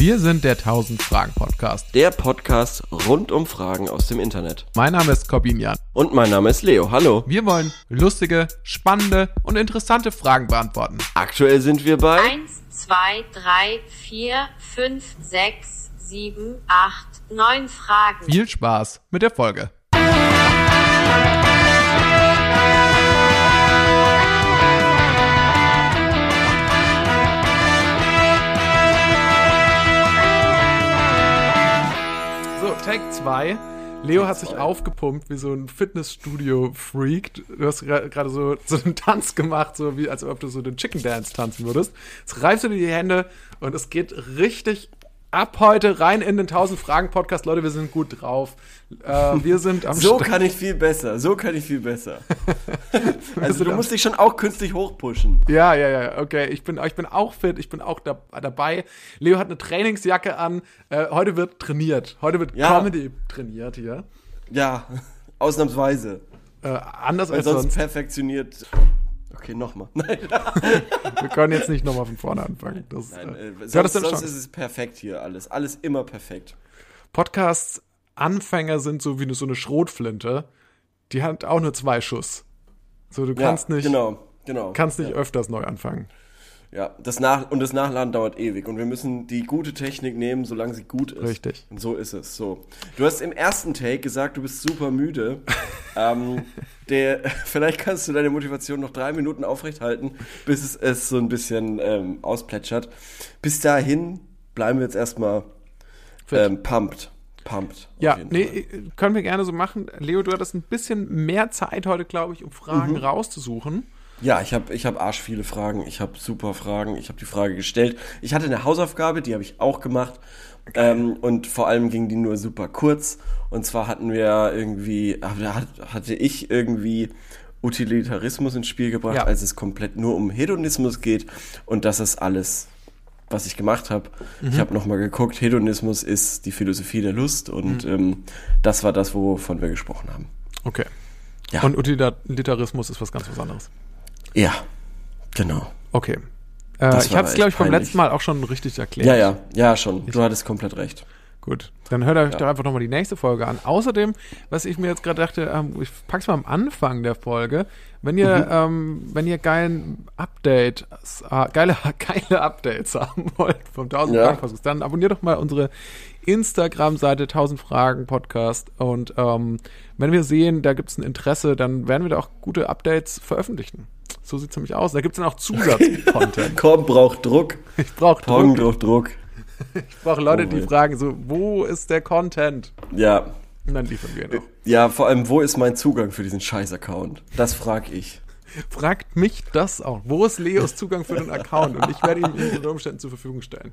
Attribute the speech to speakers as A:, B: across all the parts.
A: Wir sind der 1000 Fragen Podcast.
B: Der Podcast rund um Fragen aus dem Internet.
A: Mein Name ist Corbin Jan.
B: Und mein Name ist Leo. Hallo.
A: Wir wollen lustige, spannende und interessante Fragen beantworten.
B: Aktuell sind wir bei
C: 1, 2, 3, 4, 5, 6, 7, 8, 9 Fragen.
A: Viel Spaß mit der Folge. So, Tag 2. Leo hat sich aufgepumpt wie so ein Fitnessstudio-Freak. Du hast gra- gerade so, so einen Tanz gemacht, so wie als ob du so den Chicken Dance tanzen würdest. Jetzt reibst du dir die Hände und es geht richtig ab heute rein in den 1000 Fragen Podcast. Leute, wir sind gut drauf. Äh, wir sind am
B: So
A: Start.
B: kann ich viel besser. So kann ich viel besser. also du musst dich schon auch künstlich hochpushen.
A: Ja, ja, ja, okay. Ich bin, ich bin auch fit, ich bin auch da, dabei. Leo hat eine Trainingsjacke an. Äh, heute wird trainiert. Heute wird
B: Ja.
A: Comedy trainiert hier.
B: Ja, ausnahmsweise.
A: Äh, anders
B: Weil
A: als
B: sonst
A: sonst.
B: perfektioniert. Okay, nochmal. Nein,
A: Wir können jetzt nicht nochmal von vorne anfangen. Das,
B: nein.
A: äh,
B: Äh,
A: du
B: sonst
A: hattest den
B: sonst
A: Stand.
B: ist es perfekt hier alles. Alles immer perfekt.
A: Podcasts Anfänger sind so wie so eine Schrotflinte. Die hat auch nur zwei Schuss. So, du kannst nicht,
B: Genau, genau.
A: kannst nicht öfters neu anfangen.
B: Ja, das nach und das Nachladen dauert ewig und wir müssen die gute Technik nehmen, solange sie gut ist.
A: Richtig.
B: Und so ist es. So. Du hast im ersten Take gesagt, du bist super müde. ähm, der, vielleicht kannst du deine Motivation noch drei Minuten aufrechthalten, bis es, es so ein bisschen ähm, ausplätschert. Bis dahin bleiben wir jetzt erstmal
A: Fit.
B: ähm, pumped. Pumped. auf
A: Ja,
B: jeden
A: nee,
B: Fall.
A: äh, können wir gerne so machen. Leo, du hattest ein bisschen mehr Zeit heute, glaube ich, um Fragen
B: Mhm.
A: rauszusuchen.
B: Ja, ich habe ich hab arsch viele Fragen. Ich habe super Fragen. Ich habe die Frage gestellt. Ich hatte eine Hausaufgabe, die habe ich auch gemacht. Ähm, und vor allem ging die nur super kurz. Und zwar hatten wir irgendwie, hat- hatte ich irgendwie Utilitarismus ins Spiel gebracht,
A: Ja.
B: als es komplett nur um Hedonismus geht. Und das ist alles, was ich gemacht habe. Ich habe nochmal geguckt, Hedonismus ist die Philosophie der Lust. Und ähm, das war das, wovon wir gesprochen haben.
A: Okay.
B: Ja.
A: Und Utilitarismus ist was ganz was anderes.
B: Ja, genau.
A: Okay. Äh,
B: Das
A: ich
B: war
A: habe es, glaube ich,
B: echt
A: beim
B: peinlich.
A: letzten Mal auch schon richtig erklärt.
B: Ja, ja, ja, schon. Du hattest komplett recht.
A: Gut, dann hört euch doch einfach nochmal die nächste Folge an. Außerdem, was ich mir jetzt gerade dachte, ähm, ich pack's mal am Anfang der Folge. Wenn ihr, ähm, wenn ihr geilen Update, äh, geile, geile Updates haben wollt vom 1000
B: Ja.
A: Fragen Podcast, dann abonniert doch mal unsere Instagram-Seite 1000 Fragen Podcast. Und ähm, wenn wir sehen, da gibt's ein Interesse, dann werden wir da auch gute Updates veröffentlichen. So sieht's nämlich aus. Da gibt's dann auch Zusatzcontent.
B: Korb braucht Druck.
A: Ich brauche
B: Pong
A: Druck.
B: braucht Druck.
A: Ich brauche Leute,
B: Oh
A: die
B: wei.
A: fragen so, wo ist der Content?
B: Ja.
A: Und dann liefern wir ihn auch.
B: Ja, vor allem, wo ist mein Zugang für diesen Scheiß-Account? Das frag ich.
A: Fragt mich das auch. Wo ist Leos Zugang für den Account? Und ich werde ihm ihn unter Umständen zur Verfügung stellen.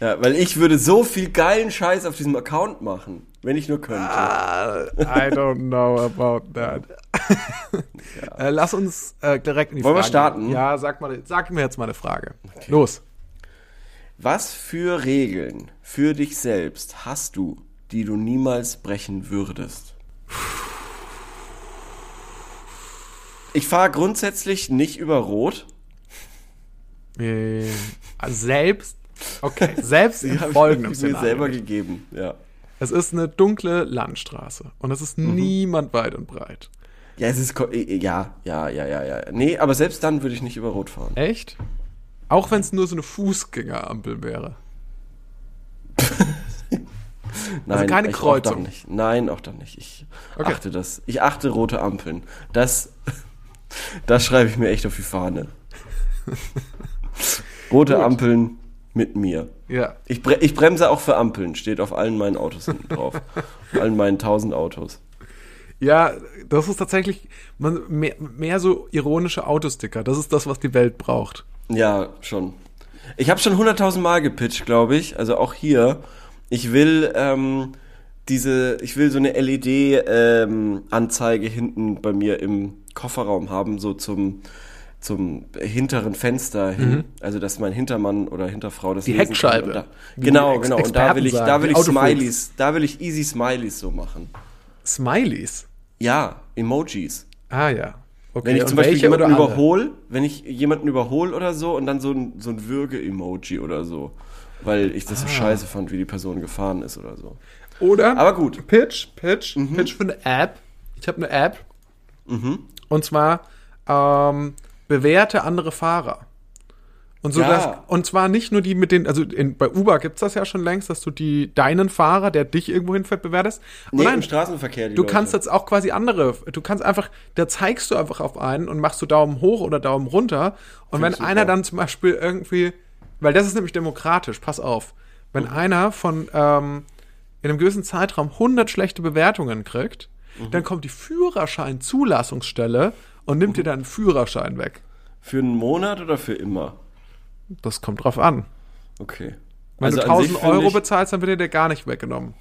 B: Ja, weil ich würde so viel geilen Scheiß auf diesem Account machen, wenn ich nur könnte. Ah.
A: I don't know about that. äh, lass uns äh, direkt in die
B: Wollen wir
A: Fragen
B: starten?
A: gehen. Ja, sag, mal, sag mir jetzt mal eine Frage. Los.
B: Was für Regeln für dich selbst hast du, die du niemals brechen würdest? Ich fahre grundsätzlich nicht über Rot.
A: Äh, selbst. Okay, selbst
B: Die
A: in
B: hab ich
A: folgendem
B: mir
A: Szenario.
B: selber gegeben. Ja.
A: Es ist eine dunkle Landstraße und es ist
B: Mhm.
A: niemand weit und breit.
B: Ja, es ist. ko- Ja, ja, ja, ja, ja. Nee, aber selbst dann würde ich nicht über Rot fahren.
A: Echt? Auch wenn es nur so eine Fußgängerampel wäre.
B: Nein,
A: also keine
B: ich-
A: Kreuzung.
B: Auch dann nicht. Nein, auch dann nicht. Ich
A: Okay.
B: achte das. Ich achte rote Ampeln. Das, das schreibe ich mir echt auf die Fahne. rote Ampeln mit mir.
A: Ja.
B: Ich, bre ich bremse auch für Ampeln, steht auf allen meinen Autos hinten drauf. auf allen meinen 1000 Autos.
A: Ja, das ist tatsächlich man, mehr, mehr so ironische Autosticker. Das ist das, was die Welt braucht.
B: Ja, schon. Ich habe schon 100.000 Mal gepitcht, glaube ich. Also auch hier. Ich will ähm, diese, ich will so eine E LED-Anzeige ähm, hinten bei mir im Kofferraum haben, so zum zum hinteren Fenster hin. Also dass mein Hintermann oder Hinterfrau das
A: Mhm. Die
B: lesen kann.
A: Heckscheibe.
B: Und da,
A: Wie
B: genau,
A: die Ex-
B: genau. Und da will ich,
A: Experten
B: da will
A: sagen,
B: ich
A: die Autofreaks.
B: Smileys, da will ich easy Smileys so machen.
A: Smileys.
B: Ja, Emojis.
A: Ah ja. Okay.
B: Wenn ich
A: und
B: zum Beispiel
A: welche
B: jemanden
A: oder alle?
B: überhole, wenn ich jemanden überhole oder so und dann so ein, so ein Würge-Emoji oder so. weil ich das
A: Ah.
B: so scheiße fand, wie die Person gefahren ist oder so.
A: Oder
B: Aber gut. Mhm.
A: Pitch, Pitch, Pitch für eine App. Ich habe eine App. Und zwar ähm, bewährte andere Fahrer. Und, so
B: Ja.
A: dass, und zwar nicht nur die mit den, also in, bei Uber gibt's das ja schon längst, dass du die deinen Fahrer, der dich irgendwo hinfährt, bewertest. Und
B: Nee,
A: nein,
B: im Straßenverkehr, die
A: du
B: Leute.
A: kannst jetzt auch quasi andere, du kannst einfach, da zeigst du einfach auf einen und machst du Daumen hoch oder Daumen runter. Und
B: Finde
A: wenn
B: ich super.
A: einer dann zum Beispiel irgendwie, weil das ist nämlich demokratisch, pass auf, wenn
B: Mhm.
A: einer von ähm, in einem gewissen Zeitraum 100 schlechte Bewertungen kriegt,
B: Mhm.
A: dann kommt die Führerscheinzulassungsstelle und nimmt
B: Mhm.
A: dir deinen Führerschein weg.
B: Für einen Monat oder für immer?
A: Das kommt drauf an.
B: Okay. Also
A: Wenn du
B: an sich
A: 1000 Euro
B: finde
A: bezahlst, dann wird dir der gar nicht weggenommen.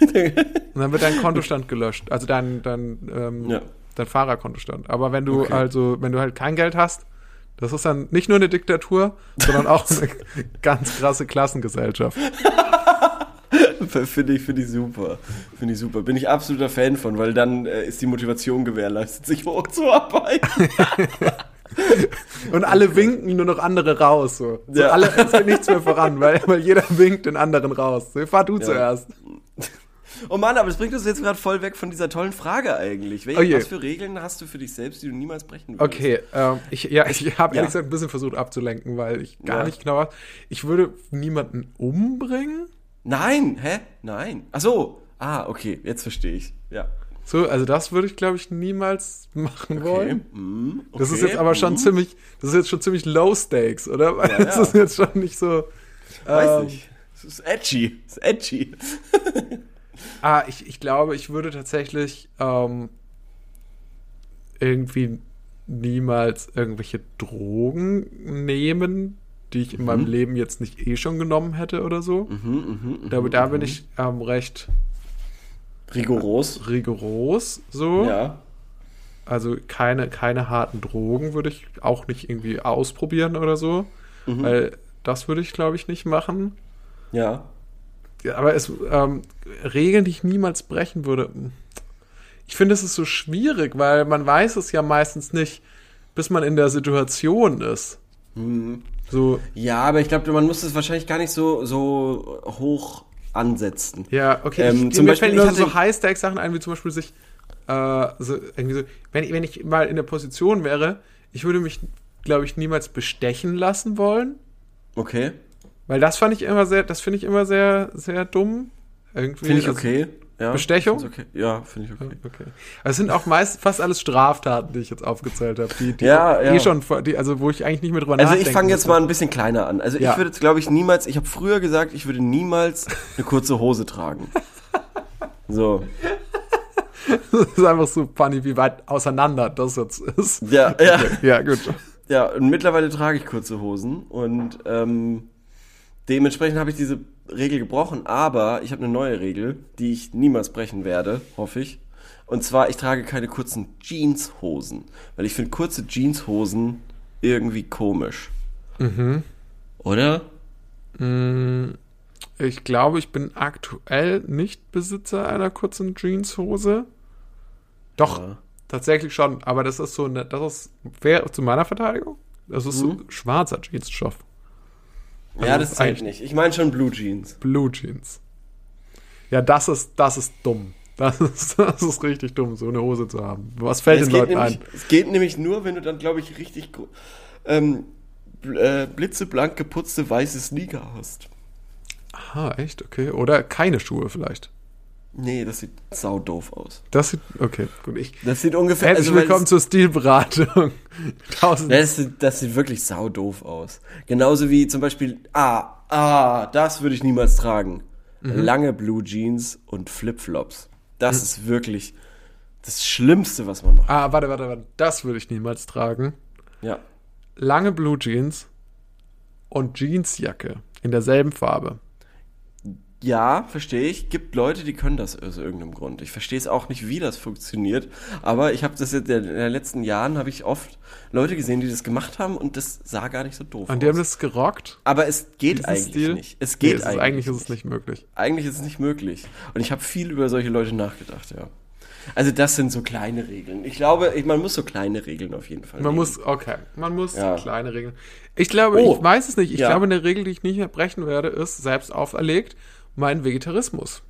A: Und dann wird dein Kontostand gelöscht, also dein, dein, ähm,
B: Ja.
A: dein Fahrerkontostand. Aber wenn du
B: Okay.
A: also, wenn du halt kein Geld hast, das ist dann nicht nur eine Diktatur, sondern auch eine ganz krasse Klassengesellschaft.
B: ich, finde ich, finde ich super. Finde ich super. Bin ich absoluter Fan von, weil dann äh, ist die Motivation gewährleistet, sich hochzuarbeiten.
A: Und alle winken nur noch andere raus. So. So
B: Ja.
A: alle, es geht nichts mehr voran, weil, weil jeder winkt den anderen raus. So, fahr du zuerst.
B: oh Mann, aber das bringt uns jetzt gerade voll weg von dieser tollen Frage eigentlich. Welche,
A: Oh je.
B: was für Regeln hast du für dich selbst, die du niemals brechen würdest?
A: Okay, ähm, ich, ja, ich habe
B: Ja.
A: ehrlich gesagt ein bisschen versucht abzulenken, weil ich gar
B: Ja.
A: nicht genau weiß. Ich würde niemanden umbringen.
B: Nein, hä? Nein. Ach so. Ah, okay, jetzt verstehe ich. Ja.
A: So, also das würde ich, glaube ich, niemals machen
B: Okay.
A: wollen.
B: Mm, okay.
A: Das ist jetzt aber schon
B: mm.
A: ziemlich, das ist jetzt schon ziemlich low stakes, oder? Weil
B: Ja,
A: das
B: ja.
A: ist jetzt schon nicht so.
B: Weiß
A: ähm,
B: nicht. Es ist edgy. Es ist edgy.
A: Ah, ich, ich glaube, ich würde tatsächlich ähm, irgendwie niemals irgendwelche Drogen nehmen, die ich in meinem
B: Mhm.
A: Leben jetzt nicht eh schon genommen hätte oder so. da, da bin ich ähm, recht
B: Rigoros.
A: rigoros so.
B: Ja.
A: Also keine, keine harten Drogen würde ich auch nicht irgendwie ausprobieren oder so. Weil das würde ich, glaube ich, nicht machen.
B: Ja.
A: Ja, aber es ähm, Regeln, die ich niemals brechen würde. hm. Ich finde, es ist so schwierig, weil man weiß es ja meistens nicht, bis man in der Situation ist. So,
B: Ja, aber ich glaube, man muss es wahrscheinlich gar nicht so, so hoch ansetzen.
A: ja, okay.
B: Ähm,
A: ich,
B: zum
A: mir
B: Beispiel,
A: fällen nur
B: ich hatte-
A: so High-Stack-Sachen ein, wie zum Beispiel sich, äh, so, irgendwie so, wenn, wenn ich mal in der Position wäre, ich würde mich, glaube ich, niemals bestechen lassen wollen.
B: Okay.
A: Weil das fand ich immer sehr, das finde ich immer sehr, sehr dumm. Irgendwie.
B: Finde ich
A: Also-
B: okay. Ja,
A: Bestechung?
B: find's Okay. Ja, finde ich okay.
A: Okay. Also es sind auch meist fast alles Straftaten, die ich jetzt aufgezählt habe, die, die
B: Ja,
A: eh
B: ja.
A: schon, vor- die, also wo ich eigentlich nicht mehr drüber
B: Also
A: nachdenken
B: ich fange jetzt mal
A: müsste.
B: ein bisschen kleiner an. Also
A: Ja.
B: ich würde jetzt, glaube ich, niemals, ich habe früher gesagt, ich würde niemals eine kurze Hose tragen. So.
A: Das ist einfach so funny, wie weit auseinander das jetzt ist.
B: Ja, ja.
A: Ja, gut.
B: Ja, und mittlerweile trage ich kurze Hosen und ähm, dementsprechend habe ich diese Regel gebrochen, aber ich habe eine neue Regel, die ich niemals brechen werde, hoffe ich. Und zwar, ich trage keine kurzen Jeanshosen, weil ich finde kurze Jeanshosen irgendwie komisch. Mhm. Oder?
A: Ich glaube, ich bin aktuell nicht Besitzer einer kurzen Jeanshose. Doch,
B: Ja.
A: tatsächlich schon. Aber das ist so eine, das ist fair zu meiner Verteidigung. Das ist so
B: Mhm.
A: schwarzer Jeansstoff.
B: ja, das zählt
A: Also eigentlich-
B: nicht. Ich meine schon Blue Jeans.
A: Blue Jeans. Ja, das ist, das ist dumm. Das ist, das ist richtig dumm, so eine Hose zu haben. Was fällt
B: Es
A: den
B: geht,
A: Leuten
B: nämlich,
A: ein?
B: es geht nämlich nur, wenn du dann, glaube ich, richtig gro- ähm, bl- äh, blitzeblank geputzte weiße Sneaker hast.
A: Aha, Ah, echt? Okay. Oder keine Schuhe vielleicht.
B: Nee, das sieht sau doof aus.
A: Das sieht. Okay, gut. Ich,
B: Das sieht ungefähr. also,
A: herzlich
B: weil
A: willkommen zur Stilberatung. Tausend.
B: das, das, sieht, das sieht wirklich sau doof aus. Genauso wie zum Beispiel, ah, ah, das würde ich niemals tragen.
A: Mhm.
B: Lange Blue Jeans und Flipflops. Das ist wirklich das Schlimmste, was man macht.
A: Ah, warte, warte, warte. Das würde ich niemals tragen.
B: Ja.
A: Lange Blue Jeans und Jeansjacke in derselben Farbe.
B: Ja, verstehe ich. Gibt Leute, die können das aus irgendeinem Grund. Ich verstehe es auch nicht, wie das funktioniert. Aber ich habe das jetzt in den letzten Jahren habe ich oft Leute gesehen, die das gemacht haben und das sah gar nicht so doof
A: Und
B: aus.
A: die haben das gerockt.
B: aber es geht
A: diesen
B: eigentlich
A: Stil?
B: nicht. Es geht
A: es ist, eigentlich ist es nicht möglich.
B: Eigentlich ist es nicht möglich. Und ich habe viel über solche Leute nachgedacht, ja. Also das sind so kleine Regeln. Ich glaube, ich, man muss so kleine Regeln auf jeden Fall.
A: Man
B: nehmen.
A: muss, okay, man muss
B: Ja.
A: kleine Regeln. Ich glaube,
B: Oh.
A: ich weiß es nicht. Ich
B: Ja.
A: glaube, eine Regel, die ich nicht mehr brechen werde, ist selbst auferlegt mein Vegetarismus.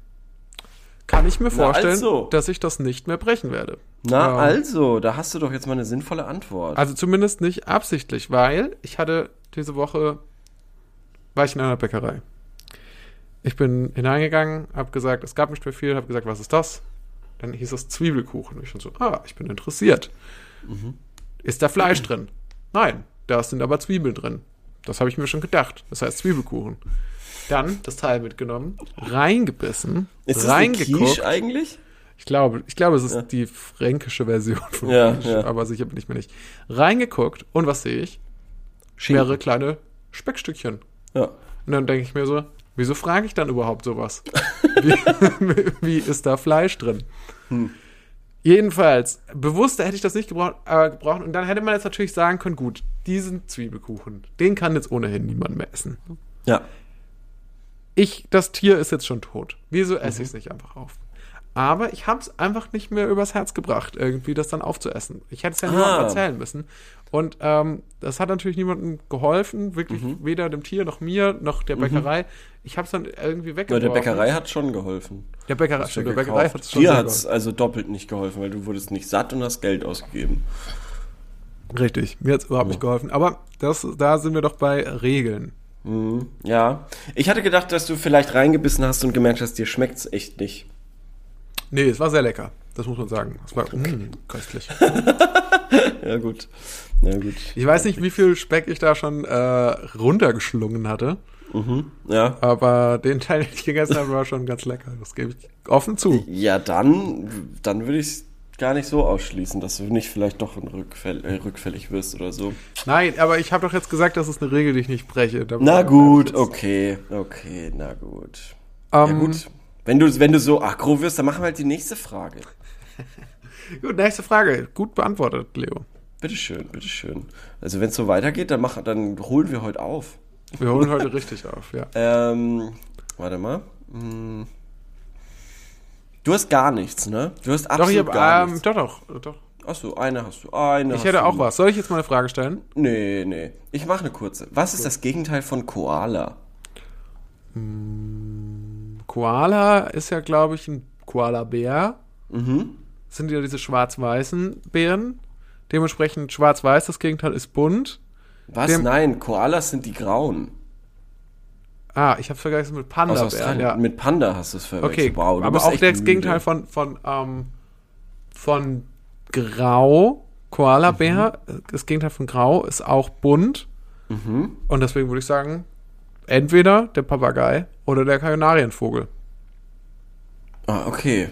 A: Kann ich mir vorstellen,
B: also.
A: dass ich das nicht mehr brechen werde.
B: Na
A: Ähm,
B: also, da hast du doch jetzt mal eine sinnvolle Antwort.
A: Also zumindest nicht absichtlich, weil ich hatte diese Woche, war ich in einer Bäckerei. Ich bin hineingegangen, habe gesagt, es gab nicht mehr viel, habe gesagt, was ist das? Dann hieß es Zwiebelkuchen. Und ich dann so, ah, ich bin interessiert.
B: Mhm.
A: Ist da Fleisch drin? Nein, da sind aber Zwiebeln drin. Das habe ich mir schon gedacht. Das heißt Zwiebelkuchen. Dann das Teil mitgenommen, reingebissen,
B: ist das eine
A: reingeguckt.
B: Quiche eigentlich?
A: Ich glaube, ich glaube, es ist die fränkische Version von
B: Ja,
A: Quiche,
B: ja.
A: aber sicher bin ich mir nicht. Reingeguckt und was sehe ich? Mehrere kleine Speckstückchen.
B: Ja.
A: Und dann denke ich mir so, wieso frage ich dann überhaupt sowas? wie, wie ist da Fleisch drin?
B: Hm.
A: Jedenfalls, bewusster hätte ich das nicht gebraucht, äh, gebraucht. Und dann hätte man jetzt natürlich sagen können, gut, diesen Zwiebelkuchen, den kann jetzt ohnehin niemand mehr essen.
B: Ja.
A: Ich, das Tier ist jetzt schon tot. Wieso
B: Mhm.
A: esse ich es nicht einfach auf? Aber ich habe es einfach nicht mehr übers Herz gebracht, irgendwie das dann aufzuessen. Ich hätte es ja niemandem
B: Ah.
A: erzählen müssen. Und ähm, das hat natürlich niemandem geholfen, wirklich
B: Mhm.
A: weder dem Tier noch mir noch der Bäckerei. Ich habe es dann irgendwie
B: Ja,
A: weggeworfen.
B: Mhm. der Bäckerei hat schon geholfen.
A: der Bäckerei,
B: Hast du
A: stimmt, der
B: gekauft.
A: Bäckerei hat es schon
B: Dir
A: sehr
B: hat es also doppelt nicht geholfen, weil du wurdest nicht satt und hast Geld ausgegeben.
A: geholfen. Richtig, mir hat es überhaupt
B: Oh.
A: nicht geholfen. Aber das, da sind wir doch bei Regeln.
B: Mhm. Ja. Ich hatte gedacht, dass du vielleicht reingebissen hast und gemerkt hast, dir schmeckt's echt nicht.
A: Nee, es war sehr lecker. Das muss man sagen. Es war mm, köstlich.
B: Ja, gut. Ja, gut.
A: Ich weiß nicht, wie viel Speck ich da schon äh, runtergeschlungen hatte.
B: Ja.
A: Aber den Teil, den ich gegessen habe, war schon ganz lecker. Das gebe ich offen zu.
B: Ja, dann, dann würde ich es gar nicht so ausschließen, dass du nicht vielleicht doch ein Rückfäll, äh, rückfällig wirst oder so.
A: Nein, aber ich habe doch jetzt gesagt, das ist eine Regel, die ich nicht breche. Da-
B: Na gut, okay, okay, na gut. ja
A: Ähm,
B: gut. Wenn du, wenn du so aggro wirst, dann machen wir halt die nächste Frage.
A: Gut, nächste Frage. Gut beantwortet, Leo.
B: Bitteschön, bitteschön. Also wenn es so weitergeht, dann, mach, dann holen wir heute auf.
A: Wir holen heute richtig auf, ja.
B: Ähm, warte mal. Hm. Du hast gar nichts, ne? Du hast
A: Doch, ich
B: absolut
A: habe,
B: gar
A: ähm,
B: nichts.
A: doch, doch, doch.
B: Achso, eine hast du, eine
A: Ich
B: hast
A: hätte
B: du.
A: auch was. Soll ich jetzt mal eine Frage stellen?
B: Nee, nee. Ich mache eine kurze. Was ist das Gegenteil von Koala?
A: Koala ist ja, glaube ich, ein Koala-Bär.
B: Mhm.
A: Sind ja diese schwarz-weißen Bären. Dementsprechend schwarz-weiß, das Gegenteil ist bunt.
B: Was?
A: Dem-
B: Nein, Koalas sind die Grauen.
A: Ah, ich habe vergessen mit
B: Aus
A: Panda-Bären.
B: Australien.
A: Ja.
B: Mit Panda hast du es verwechselt.
A: Okay,
B: wow, du
A: aber
B: bist
A: auch
B: echt
A: das
B: müde.
A: Gegenteil von, von, ähm, von Grau,
B: Mhm.
A: Koala-Bär, das Gegenteil von Grau ist auch bunt.
B: Mhm.
A: Und deswegen würde ich sagen, entweder der Papagei oder der Kanarienvogel.
B: Ah, okay.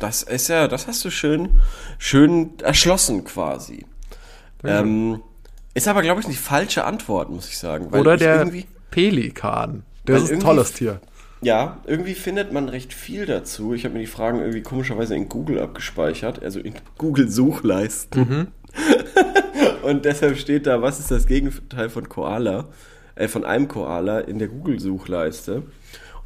B: Das ist ja, das hast du schön, schön erschlossen quasi. Ähm, ist aber, glaube ich, die falsche Antwort, muss ich sagen. Weil
A: Oder
B: ich
A: der
B: irgendwie-
A: Pelikan. Das
B: weil
A: ist ein
B: irgendwie-
A: tolles Tier.
B: Ja, irgendwie findet man recht viel dazu. Ich habe mir die Fragen irgendwie komischerweise in Google abgespeichert, also in Google-Suchleisten.
A: Mhm.
B: Und deshalb steht da, was ist das Gegenteil von Koala, äh, von einem Koala in der Google-Suchleiste.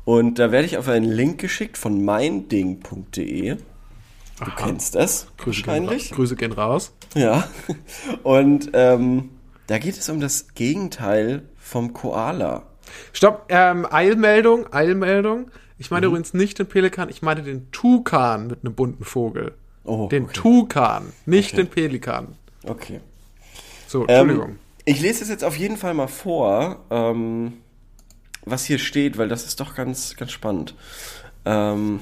B: Und da werde ich auf einen Link geschickt von meinding.de. Du kennst das
A: Grüße gehen, ra-
B: wahrscheinlich.
A: Grüße gehen raus.
B: Ja. Und ähm, da geht es um das Gegenteil vom Koala.
A: Stopp, ähm, Eilmeldung, Eilmeldung. Ich
B: Mhm.
A: meine übrigens nicht den Pelikan, ich meine den Tukan mit einem bunten Vogel.
B: Oh,
A: den
B: okay.
A: Tukan, nicht den Pelikan.
B: Okay.
A: So, Entschuldigung.
B: Ähm, ich lese es jetzt auf jeden Fall mal vor, ähm, was hier steht, weil das ist doch ganz, ganz spannend. Ähm,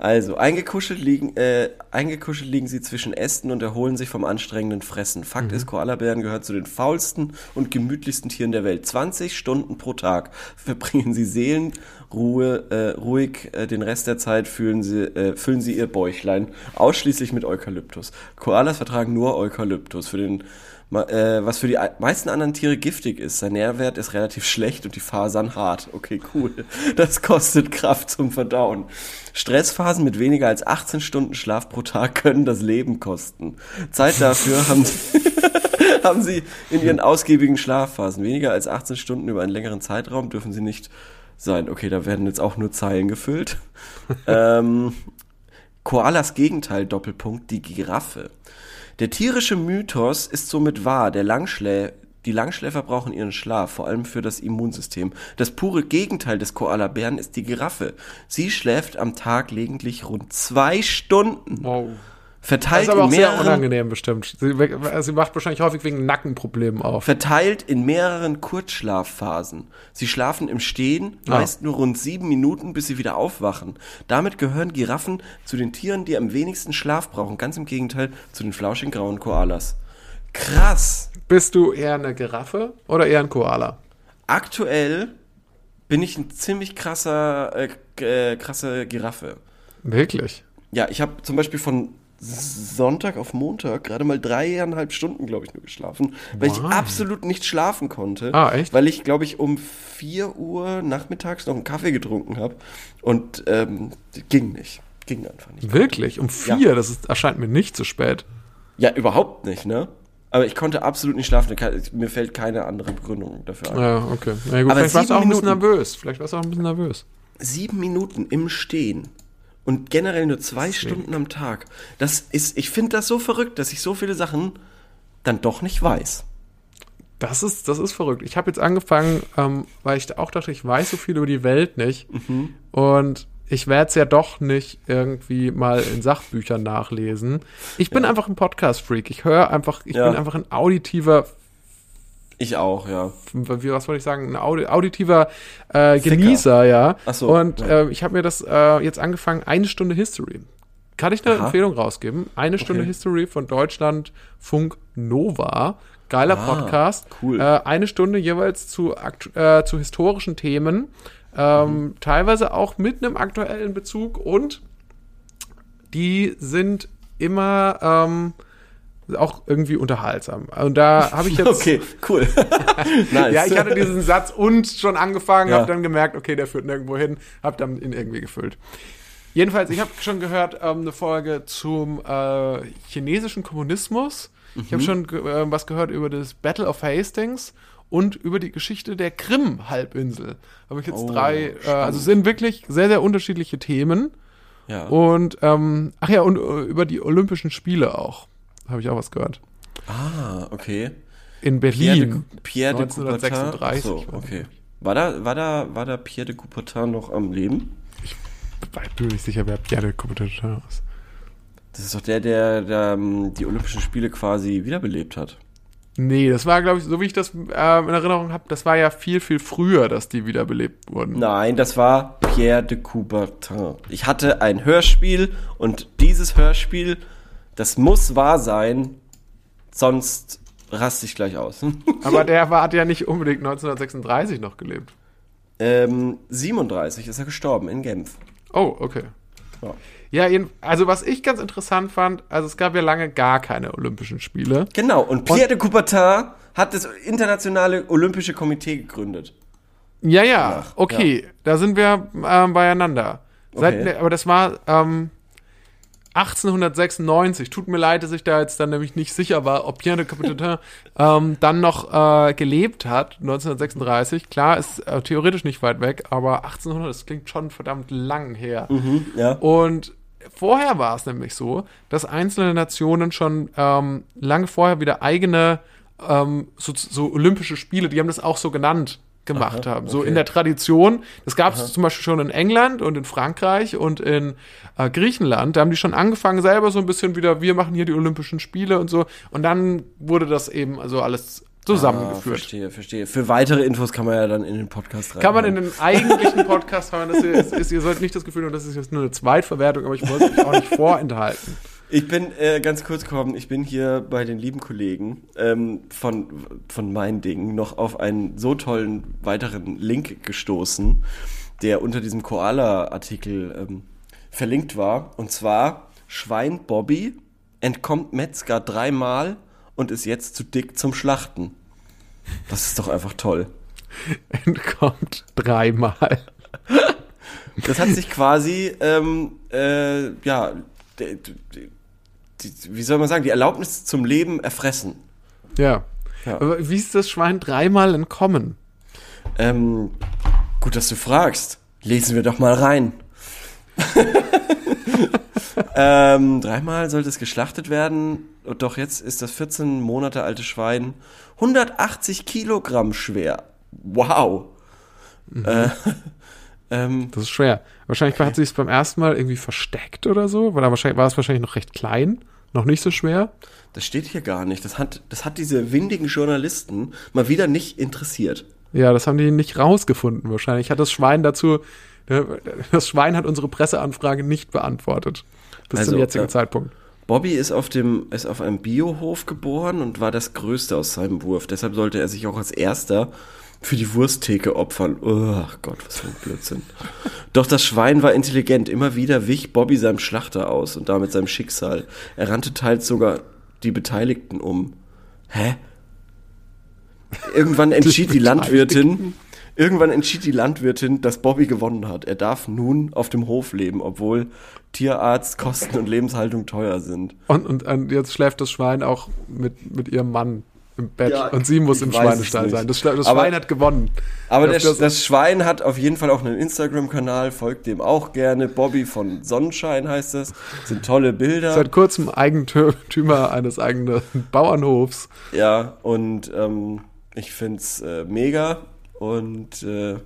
B: also, eingekuschelt liegen, äh, eingekuschelt liegen sie zwischen Ästen und erholen sich vom anstrengenden Fressen. Fakt ist, Koalabären gehören zu den faulsten und gemütlichsten Tieren der Welt. 20 Stunden pro Tag verbringen sie Seelenruhe äh, ruhig. Äh, den Rest der Zeit füllen sie, äh, füllen sie ihr Bäuchlein ausschließlich mit Eukalyptus. Koalas vertragen nur Eukalyptus. Für den Ma- äh, was für die meisten anderen Tiere giftig ist. Sein Nährwert ist relativ schlecht und die Fasern hart. Okay, cool. Das kostet Kraft zum Verdauen. Stressphasen mit weniger als 18 Stunden Schlaf pro Tag können das Leben kosten. Zeit dafür haben sie, haben sie in ihren ausgiebigen Schlafphasen. Weniger als 18 Stunden über einen längeren Zeitraum dürfen sie nicht sein. Okay, da werden jetzt auch nur Zeilen gefüllt. ähm, Koalas Gegenteil Doppelpunkt, die Giraffe. Der tierische Mythos ist somit wahr. Der Langschlä die Langschläfer brauchen ihren Schlaf, vor allem für das Immunsystem. Das pure Gegenteil des Koalabären ist die Giraffe. Sie schläft am Tag lediglich rund zwei Stunden.
A: Wow. Das
B: Verteilt
A: ist aber
B: in
A: auch sehr
B: mehreren
A: unangenehm bestimmt. Sie, also sie macht wahrscheinlich häufig wegen Nackenproblemen auf.
B: verteilt in mehreren Kurzschlafphasen. Sie schlafen im Stehen,
A: Ah.
B: meist nur rund sieben Minuten, bis sie wieder aufwachen. Damit gehören Giraffen zu den Tieren, die am wenigsten Schlaf brauchen. Ganz im Gegenteil zu den flauschigen grauen Koalas. Krass!
A: Bist du eher eine Giraffe oder eher ein Koala?
B: Aktuell bin ich ein ziemlich krasser, äh, g- äh, krasse Giraffe.
A: Wirklich?
B: Ja, ich habe zum Beispiel von Sonntag auf Montag gerade mal dreieinhalb Stunden, glaube ich, nur geschlafen, weil ich
A: Wow.
B: absolut nicht schlafen konnte.
A: Ah, echt?
B: Weil ich, glaube ich, um 4 Uhr nachmittags noch einen Kaffee getrunken habe und ähm, ging nicht. Ging einfach nicht.
A: Wirklich? Um
B: Ja.
A: vier? Das ist, erscheint mir nicht zu spät.
B: Ja, überhaupt nicht, ne? Aber ich konnte absolut nicht schlafen. Ke- Mir fällt keine andere Begründung dafür ein.
A: Ja, okay. Na gut,
B: Aber
A: vielleicht warst du auch
B: sieben
A: ein bisschen
B: Minuten.
A: nervös. Vielleicht warst du auch ein bisschen nervös.
B: sieben Minuten im Stehen und generell nur zwei Stunden am Tag. Das ist, ich finde das so verrückt, dass ich so viele Sachen dann doch nicht weiß.
A: Das ist, das ist verrückt. Ich habe jetzt angefangen, ähm, weil ich auch dachte, ich weiß so viel über die Welt nicht.
B: Mhm.
A: Und ich werde es ja doch nicht irgendwie mal in Sachbüchern nachlesen. Ich bin einfach ein Podcast-Freak. Ich höre einfach, ich
B: Ja.
A: bin einfach ein auditiver,
B: Ich auch, ja.
A: wie, was wollte ich sagen, ein Audi auditiver äh,
B: Ficker.
A: Genießer, ja.
B: Ach so,
A: Und
B: ja.
A: äh, ich habe mir das äh, jetzt angefangen, eine Stunde History. Kann ich eine
B: Aha.
A: Empfehlung rausgeben? Eine Stunde
B: Okay.
A: History von Deutschlandfunk Nova. Geiler
B: Ah,
A: Podcast.
B: cool.
A: Äh, eine Stunde jeweils zu, aktu- äh, zu historischen Themen. Ähm,
B: Mhm.
A: Teilweise auch mit einem aktuellen Bezug und die sind immer ähm, auch irgendwie unterhaltsam. Und da habe ich jetzt
B: Okay, cool. nice.
A: ja, ich hatte diesen Satz und schon angefangen,
B: Ja.
A: hab dann gemerkt, okay, der führt nirgendwo hin, hab dann ihn irgendwie gefüllt. Jedenfalls, ich habe schon gehört ähm, eine Folge zum äh, chinesischen Kommunismus. Ich
B: Mhm.
A: habe schon ge äh, was gehört über das Battle of Hastings und über die Geschichte der Krim-Halbinsel. Habe ich jetzt
B: Oh,
A: drei, äh, also
B: spannend.
A: sind wirklich sehr, sehr unterschiedliche Themen.
B: ja.
A: Und, ähm, ach ja, und äh, über die Olympischen Spiele auch. Habe ich auch was gehört.
B: Ah, okay.
A: In
B: Pierre
A: Berlin.
B: de, Pierre de Coubertin.
A: 1936,
B: So,
A: ich weiß
B: okay. War da, war da, war da Pierre de Coubertin noch am Leben?
A: Ich bin mir nicht sicher, wer Pierre de Coubertin ist.
B: Das ist doch der, der, der ähm, die Olympischen Spiele quasi wiederbelebt hat.
A: Nee, das war, glaube ich, so wie ich das ähm, in Erinnerung habe, das war ja viel, viel früher, dass die wiederbelebt wurden.
B: Nein, das war Pierre de Coubertin. Ich hatte ein Hörspiel und dieses Hörspiel, das muss wahr sein, sonst raste ich gleich aus.
A: Aber der war, hat ja nicht unbedingt 1936 noch gelebt.
B: ähm, 37 ist er gestorben in Genf.
A: Oh, okay.
B: Ja.
A: Ja, jeden- also was ich ganz interessant fand, also es gab ja lange gar keine Olympischen Spiele.
B: Genau, und Pierre de Coubertin hat das Internationale Olympische Komitee gegründet.
A: Ja, ja,
B: Ach,
A: okay, da sind wir ähm, beieinander. Seit,
B: Okay.
A: Aber das war ähm, 1896. Tut mir leid, dass ich da jetzt dann nämlich nicht sicher war, ob Pierre de Coubertin ähm, dann noch äh, gelebt hat, 1936. Klar, ist äh, theoretisch nicht weit weg, aber 1800, das klingt schon verdammt lang her.
B: Mhm. Ja.
A: Und vorher war es nämlich so, dass einzelne Nationen schon ähm, lange vorher wieder eigene ähm, so, so Olympische Spiele, die haben das auch so genannt, gemacht haben. So
B: okay.
A: in der Tradition. Das gab es zum Beispiel schon in England und in Frankreich und in äh, Griechenland. Da haben die schon angefangen, selber so ein bisschen wieder, wir machen hier die Olympischen Spiele und so. Und dann wurde das eben also alles
B: Ah,
A: zusammengeführt.
B: verstehe, verstehe. Für weitere Infos kann man ja dann in den Podcast rein.
A: Kann man in den eigentlichen Podcast hören, dass ihr, es ist, ihr sollt nicht das Gefühl haben, das ist jetzt nur eine Zweitverwertung, aber ich wollte euch auch nicht vorenthalten.
B: Ich bin äh, ganz kurz gekommen, ich bin hier bei den lieben Kollegen ähm, von, von meinen Dingen noch auf einen so tollen weiteren Link gestoßen, der unter diesem Koala-Artikel ähm, verlinkt war. Und zwar Schwein Bobby entkommt Metzger dreimal und ist jetzt zu dick zum Schlachten. Das ist doch einfach toll.
A: entkommt dreimal.
B: Das hat sich quasi, ähm, äh, ja, d- d- d- die, wie soll man sagen, die Erlaubnis zum Leben erfressen.
A: Ja.
B: Ja.
A: Aber wie ist das Schwein dreimal entkommen?
B: Ähm, Gut, dass du fragst. Lesen wir doch mal rein. ähm, dreimal sollte es geschlachtet werden. Oh, Doch jetzt ist das 14 Monate alte Schwein 180 Kilogramm schwer. Wow. Äh, ähm,
A: Das ist schwer. Wahrscheinlich hat sie es beim ersten Mal irgendwie versteckt oder so, weil da wahrscheinlich, war es wahrscheinlich noch recht klein, noch nicht so schwer.
B: das steht hier gar nicht. Das hat, das hat diese windigen Journalisten mal wieder nicht interessiert.
A: Ja, das haben die nicht rausgefunden wahrscheinlich. Hat das Schwein dazu, äh, das Schwein hat unsere Presseanfrage nicht beantwortet. Bis
B: Also,
A: zum jetzigen
B: ja.
A: Zeitpunkt.
B: Bobby ist auf, dem, ist auf einem Biohof geboren und war das Größte aus seinem Wurf. Deshalb sollte er sich auch als Erster für die Wursttheke opfern. Ach Gott, was für ein Blödsinn. Doch das Schwein war intelligent. Immer wieder wich Bobby seinem Schlachter aus und damit seinem Schicksal. Er rannte teils sogar die Beteiligten um. Hä? Irgendwann entschied die Landwirtin, irgendwann entschied die Landwirtin, dass Bobby gewonnen hat. Er darf nun auf dem Hof leben, obwohl Tierarzt, Kosten und Lebenshaltung teuer sind.
A: Und, und, und jetzt schläft das Schwein auch mit, mit ihrem Mann im Bett.
B: Ja,
A: und sie muss
B: ich
A: im
B: weiß es
A: Schweinestall
B: nicht.
A: sein. Das, Schla- das
B: Aber-
A: Schwein hat gewonnen.
B: Aber
A: das,
B: das, das, Schwein hat auf jeden Fall auch einen Instagram-Kanal, folgt dem auch gerne. Bobby von Sonnenschein heißt das. Sind tolle Bilder.
A: seit kurzem Eigentümer eines eigenen Bauernhofs.
B: Ja, und ähm, ich find's äh, mega. Und äh,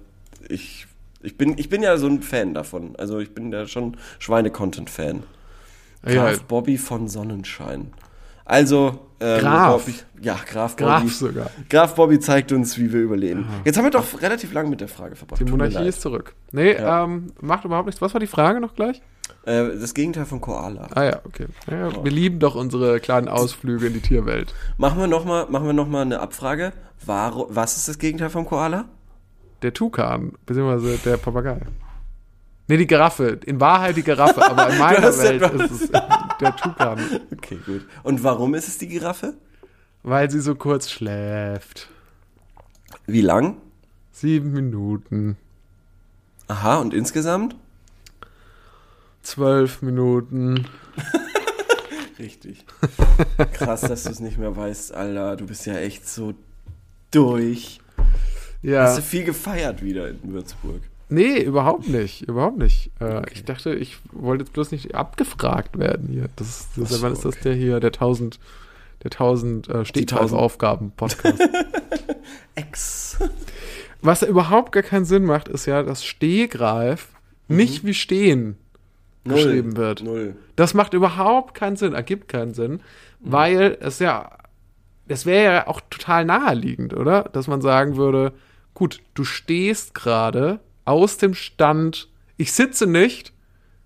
B: ich, ich, bin, ich bin ja so ein Fan davon. Also ich bin ja schon Schweine-Content-Fan.
A: Ja,
B: Graf
A: halt.
B: Bobby von Sonnenschein. Also, ähm,
A: Graf.
B: Bobby, ja, Graf Bobby.
A: Graf sogar.
B: Graf Bobby zeigt uns, wie wir überleben. Jetzt haben wir doch relativ lang mit der Frage verbracht.
A: die
B: Tut mir
A: Monarchie
B: leid.
A: ist zurück. Nee,
B: Ja.
A: ähm, macht überhaupt nichts. Was war die Frage noch gleich?
B: Äh, das Gegenteil von Koala.
A: Ah ja, okay. Ja,
B: Oh.
A: ja, wir lieben doch unsere kleinen Ausflüge in die Tierwelt.
B: Machen wir nochmal noch mal- machen wir noch mal eine Abfrage. Warum, was ist das Gegenteil vom Koala?
A: Der Tukan, beziehungsweise der Papagei. Nee, die Giraffe. In Wahrheit die Giraffe, aber in meiner
B: hast ja-
A: Welt ist es der Tukan,
B: Okay, gut. Und warum ist es die Giraffe?
A: weil sie so kurz schläft.
B: Wie lang?
A: Sieben Minuten,
B: Aha, und insgesamt?
A: zwölf Minuten.
B: Richtig. Krass, dass du es nicht mehr weißt, Alter. Du bist ja echt so durch.
A: Ja.
B: Hast du viel gefeiert wieder in Würzburg?
A: Nee, überhaupt nicht. Überhaupt nicht. Äh, Ich dachte, ich wollte jetzt bloß nicht abgefragt werden hier. Das, ist- das,
B: Ach so,
A: wann ist das
B: okay.
A: der hier? Der 1000, der 1000 äh,
B: tausend-
A: Stehpausaufgaben-Podcast.
B: Ex.
A: Was überhaupt gar keinen Sinn macht, ist ja, dass Stehgreif nicht wie Stehen geschrieben wird.
B: Mhm. Null.
A: Das macht überhaupt keinen Sinn, ergibt keinen Sinn, weil es ja, es wäre ja auch total naheliegend, oder? Dass man sagen würde, gut, du stehst gerade aus dem Stand, ich sitze nicht,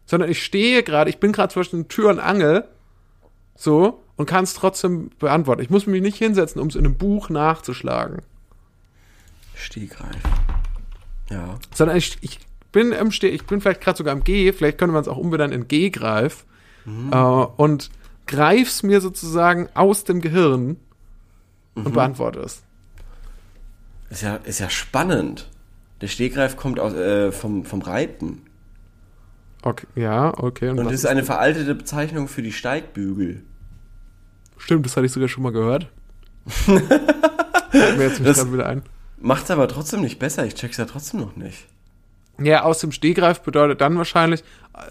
A: sondern ich stehe gerade, ich bin gerade zwischen Tür und Angel, so, und kann es trotzdem beantworten. Ich muss mich nicht hinsetzen, um es in einem Buch nachzuschlagen,
B: Stehgreif. Ja.
A: sondern ich, ich bin im Steh, ich bin vielleicht gerade sogar im G, vielleicht könnte man es auch umbenennen in G-Greif
B: Mhm.
A: äh, und greif's mir sozusagen aus dem Gehirn
B: Mhm.
A: und beantworte es.
B: Ist ja, ist ja spannend. Der Stehgreif kommt aus, äh, vom, vom Reiten.
A: Okay, ja, okay. Und
B: Und
A: was
B: das ist eine veraltete Bezeichnung für die Steigbügel.
A: stimmt, das hatte ich sogar schon mal gehört. Fällt mir jetzt nicht
B: Das-
A: gerade wieder ein.
B: Macht's aber trotzdem nicht besser. Ich check's ja trotzdem noch nicht.
A: Ja, aus dem Stehgreif bedeutet dann wahrscheinlich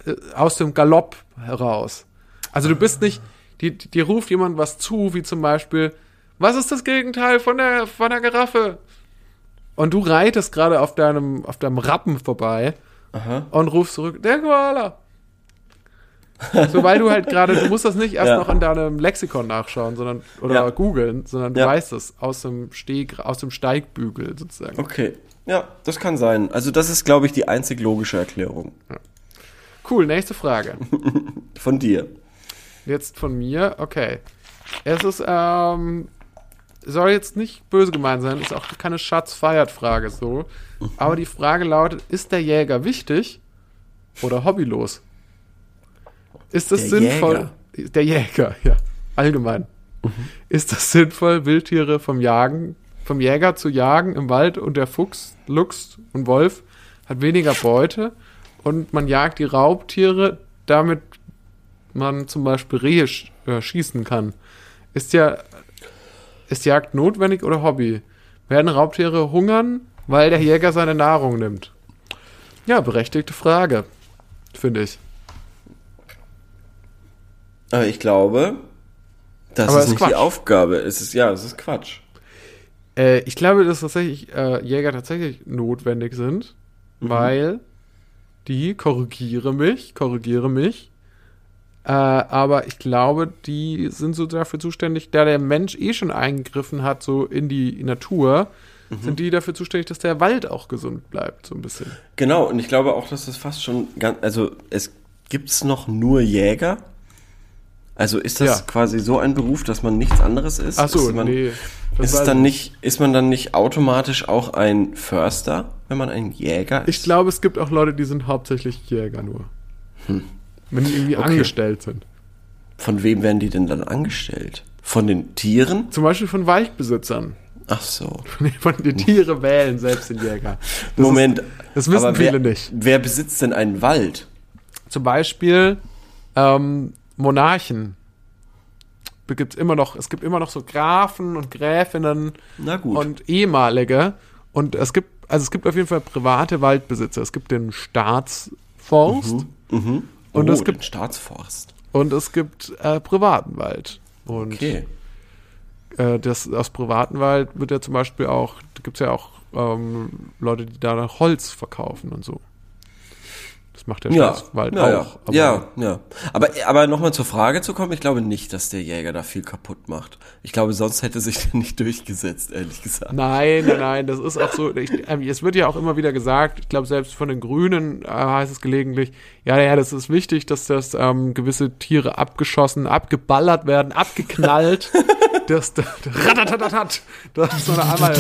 A: äh, aus dem Galopp heraus. Also du bist nicht, die, die dir ruft jemand was zu, wie zum Beispiel, was ist das Gegenteil von der, von der Giraffe? Und du reitest gerade auf deinem, auf deinem Rappen vorbei
B: Aha.
A: und rufst zurück, der Koala. So, weil du halt gerade, du musst das nicht erst
B: Ja.
A: noch in deinem Lexikon nachschauen, sondern, oder
B: Ja.
A: googeln, sondern du
B: Ja.
A: weißt es aus dem Steg, aus dem Steigbügel sozusagen.
B: Okay. Ja, das kann sein. Also das ist, glaube ich, die einzig logische Erklärung
A: Cool, nächste Frage.
B: von dir.
A: Jetzt von mir, okay. Es ist, ähm, soll jetzt nicht böse gemeint sein, ist auch keine Schatz-Feiert-Frage so. Aber die Frage lautet: Ist der Jäger wichtig oder hobbylos? Ist das
B: Der
A: sinnvoll? Der Jäger, ja, allgemein. Ist das sinnvoll, Wildtiere vom Jagen, vom Jäger zu jagen im Wald und der Fuchs, Luchs und Wolf hat weniger Beute und man jagt die Raubtiere, damit man zum Beispiel Rehe sch äh, schießen kann. Ist ja ist Jagd notwendig oder Hobby? Werden Raubtiere hungern, weil der Jäger seine Nahrung nimmt? Ja, berechtigte Frage, finde ich.
B: Aber ich glaube, das
A: Aber es
B: ist,
A: ist
B: nicht die
A: Quatsch.
B: Aufgabe. Es ist, ja, es ist Quatsch.
A: Äh, ich glaube, dass tatsächlich äh, Jäger tatsächlich notwendig sind, weil die, korrigiere mich, korrigiere mich, äh, aber ich glaube, die sind so dafür zuständig, da der Mensch eh schon eingegriffen hat, so in die Natur, sind die dafür zuständig, dass der Wald auch gesund bleibt, so ein bisschen.
B: Genau, und ich glaube auch, dass das fast schon ganz, also es gibt's noch nur Jäger. Also ist das
A: Ja.
B: quasi so ein Beruf, dass man nichts anderes ist?
A: Ach so,
B: ist man,
A: nee, das
B: Ist es
A: weiß
B: dann
A: ich.
B: nicht, ist man dann nicht automatisch auch ein Förster, wenn man ein Jäger ist?
A: Ich glaube, es gibt auch Leute, die sind hauptsächlich Jäger nur.
B: Hm.
A: Wenn die irgendwie angestellt sind.
B: Von wem werden die denn dann angestellt? Von den Tieren?
A: Zum Beispiel von Waldbesitzern.
B: Ach so.
A: Von den Tiere wählen selbst den Jäger. Das
B: Hm. Moment.
A: das wissen
B: aber wer,
A: viele nicht.
B: Wer besitzt denn einen Wald?
A: Ist, zum Beispiel ähm, Monarchen. Es Gibt's immer noch, es gibt immer noch so Grafen und Gräfinnen
B: Na gut.
A: und ehemalige. Und es gibt, also es gibt auf jeden Fall private Waldbesitzer. Es gibt den Staatsforst
B: Mhm.
A: und
B: oh,
A: es gibt
B: den Staatsforst.
A: und es gibt äh, privaten Wald. Und
B: Okay.
A: äh, das aus privaten Wald wird ja zum Beispiel auch, da gibt's ja auch ähm, Leute, die da noch Holz verkaufen und so. Das macht der
B: Ja,
A: Staatswald
B: ja,
A: auch.
B: ja, ja, ja. Aber, aber nochmal zur Frage zu kommen, ich glaube nicht, dass der Jäger da viel kaputt macht. Ich glaube, sonst hätte sich der nicht durchgesetzt, ehrlich gesagt.
A: Nein, nein, nein, das ist auch so. Ich, ähm, es wird ja auch immer wieder gesagt, ich glaube, selbst von den Grünen äh, heißt es gelegentlich, ja, ja, das ist wichtig, dass das ähm, gewisse Tiere abgeschossen, abgeballert werden, abgeknallt. dass, das, ratatatatat, dass man da einmal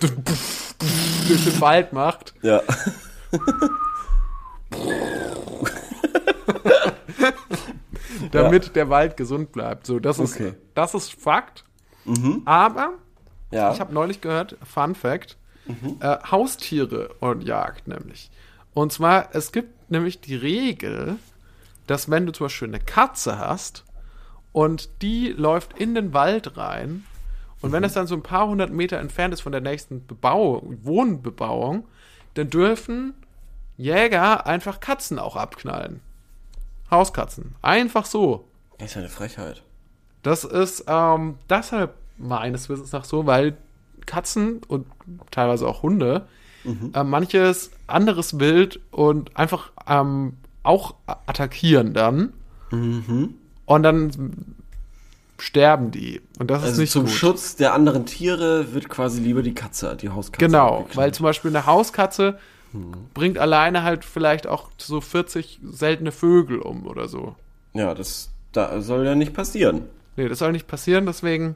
A: durch den Wald macht.
B: Ja.
A: damit der Wald gesund bleibt. So, das ist,
B: Okay.
A: das ist Fakt. Aber
B: ja.
A: ich habe neulich gehört, Fun Fact, äh, Haustiere und Jagd nämlich. Und zwar, es gibt nämlich die Regel, dass wenn du zum Beispiel eine Katze hast und die läuft in den Wald rein und wenn das dann so ein paar hundert Meter entfernt ist von der nächsten Bebauung, Wohnbebauung, dann dürfen Jäger einfach Katzen auch abknallen. Hauskatzen. Einfach so.
B: das ist ja eine Frechheit.
A: Das ist ähm, deshalb meines Wissens nach so, weil Katzen und teilweise auch Hunde
B: Mhm.
A: äh, manches anderes Wild und einfach ähm, auch a- attackieren dann.
B: Mhm.
A: Und dann sterben die. Und das ist
B: Also
A: nicht
B: zum
A: gut.
B: Schutz der anderen Tiere wird quasi lieber die Katze, die Hauskatze.
A: Genau,
B: abgeknallt.
A: weil zum Beispiel eine Hauskatze
B: Mhm.
A: bringt alleine halt vielleicht auch so 40 seltene Vögel um oder so.
B: Ja, das da soll ja nicht passieren.
A: Nee, das soll nicht passieren, deswegen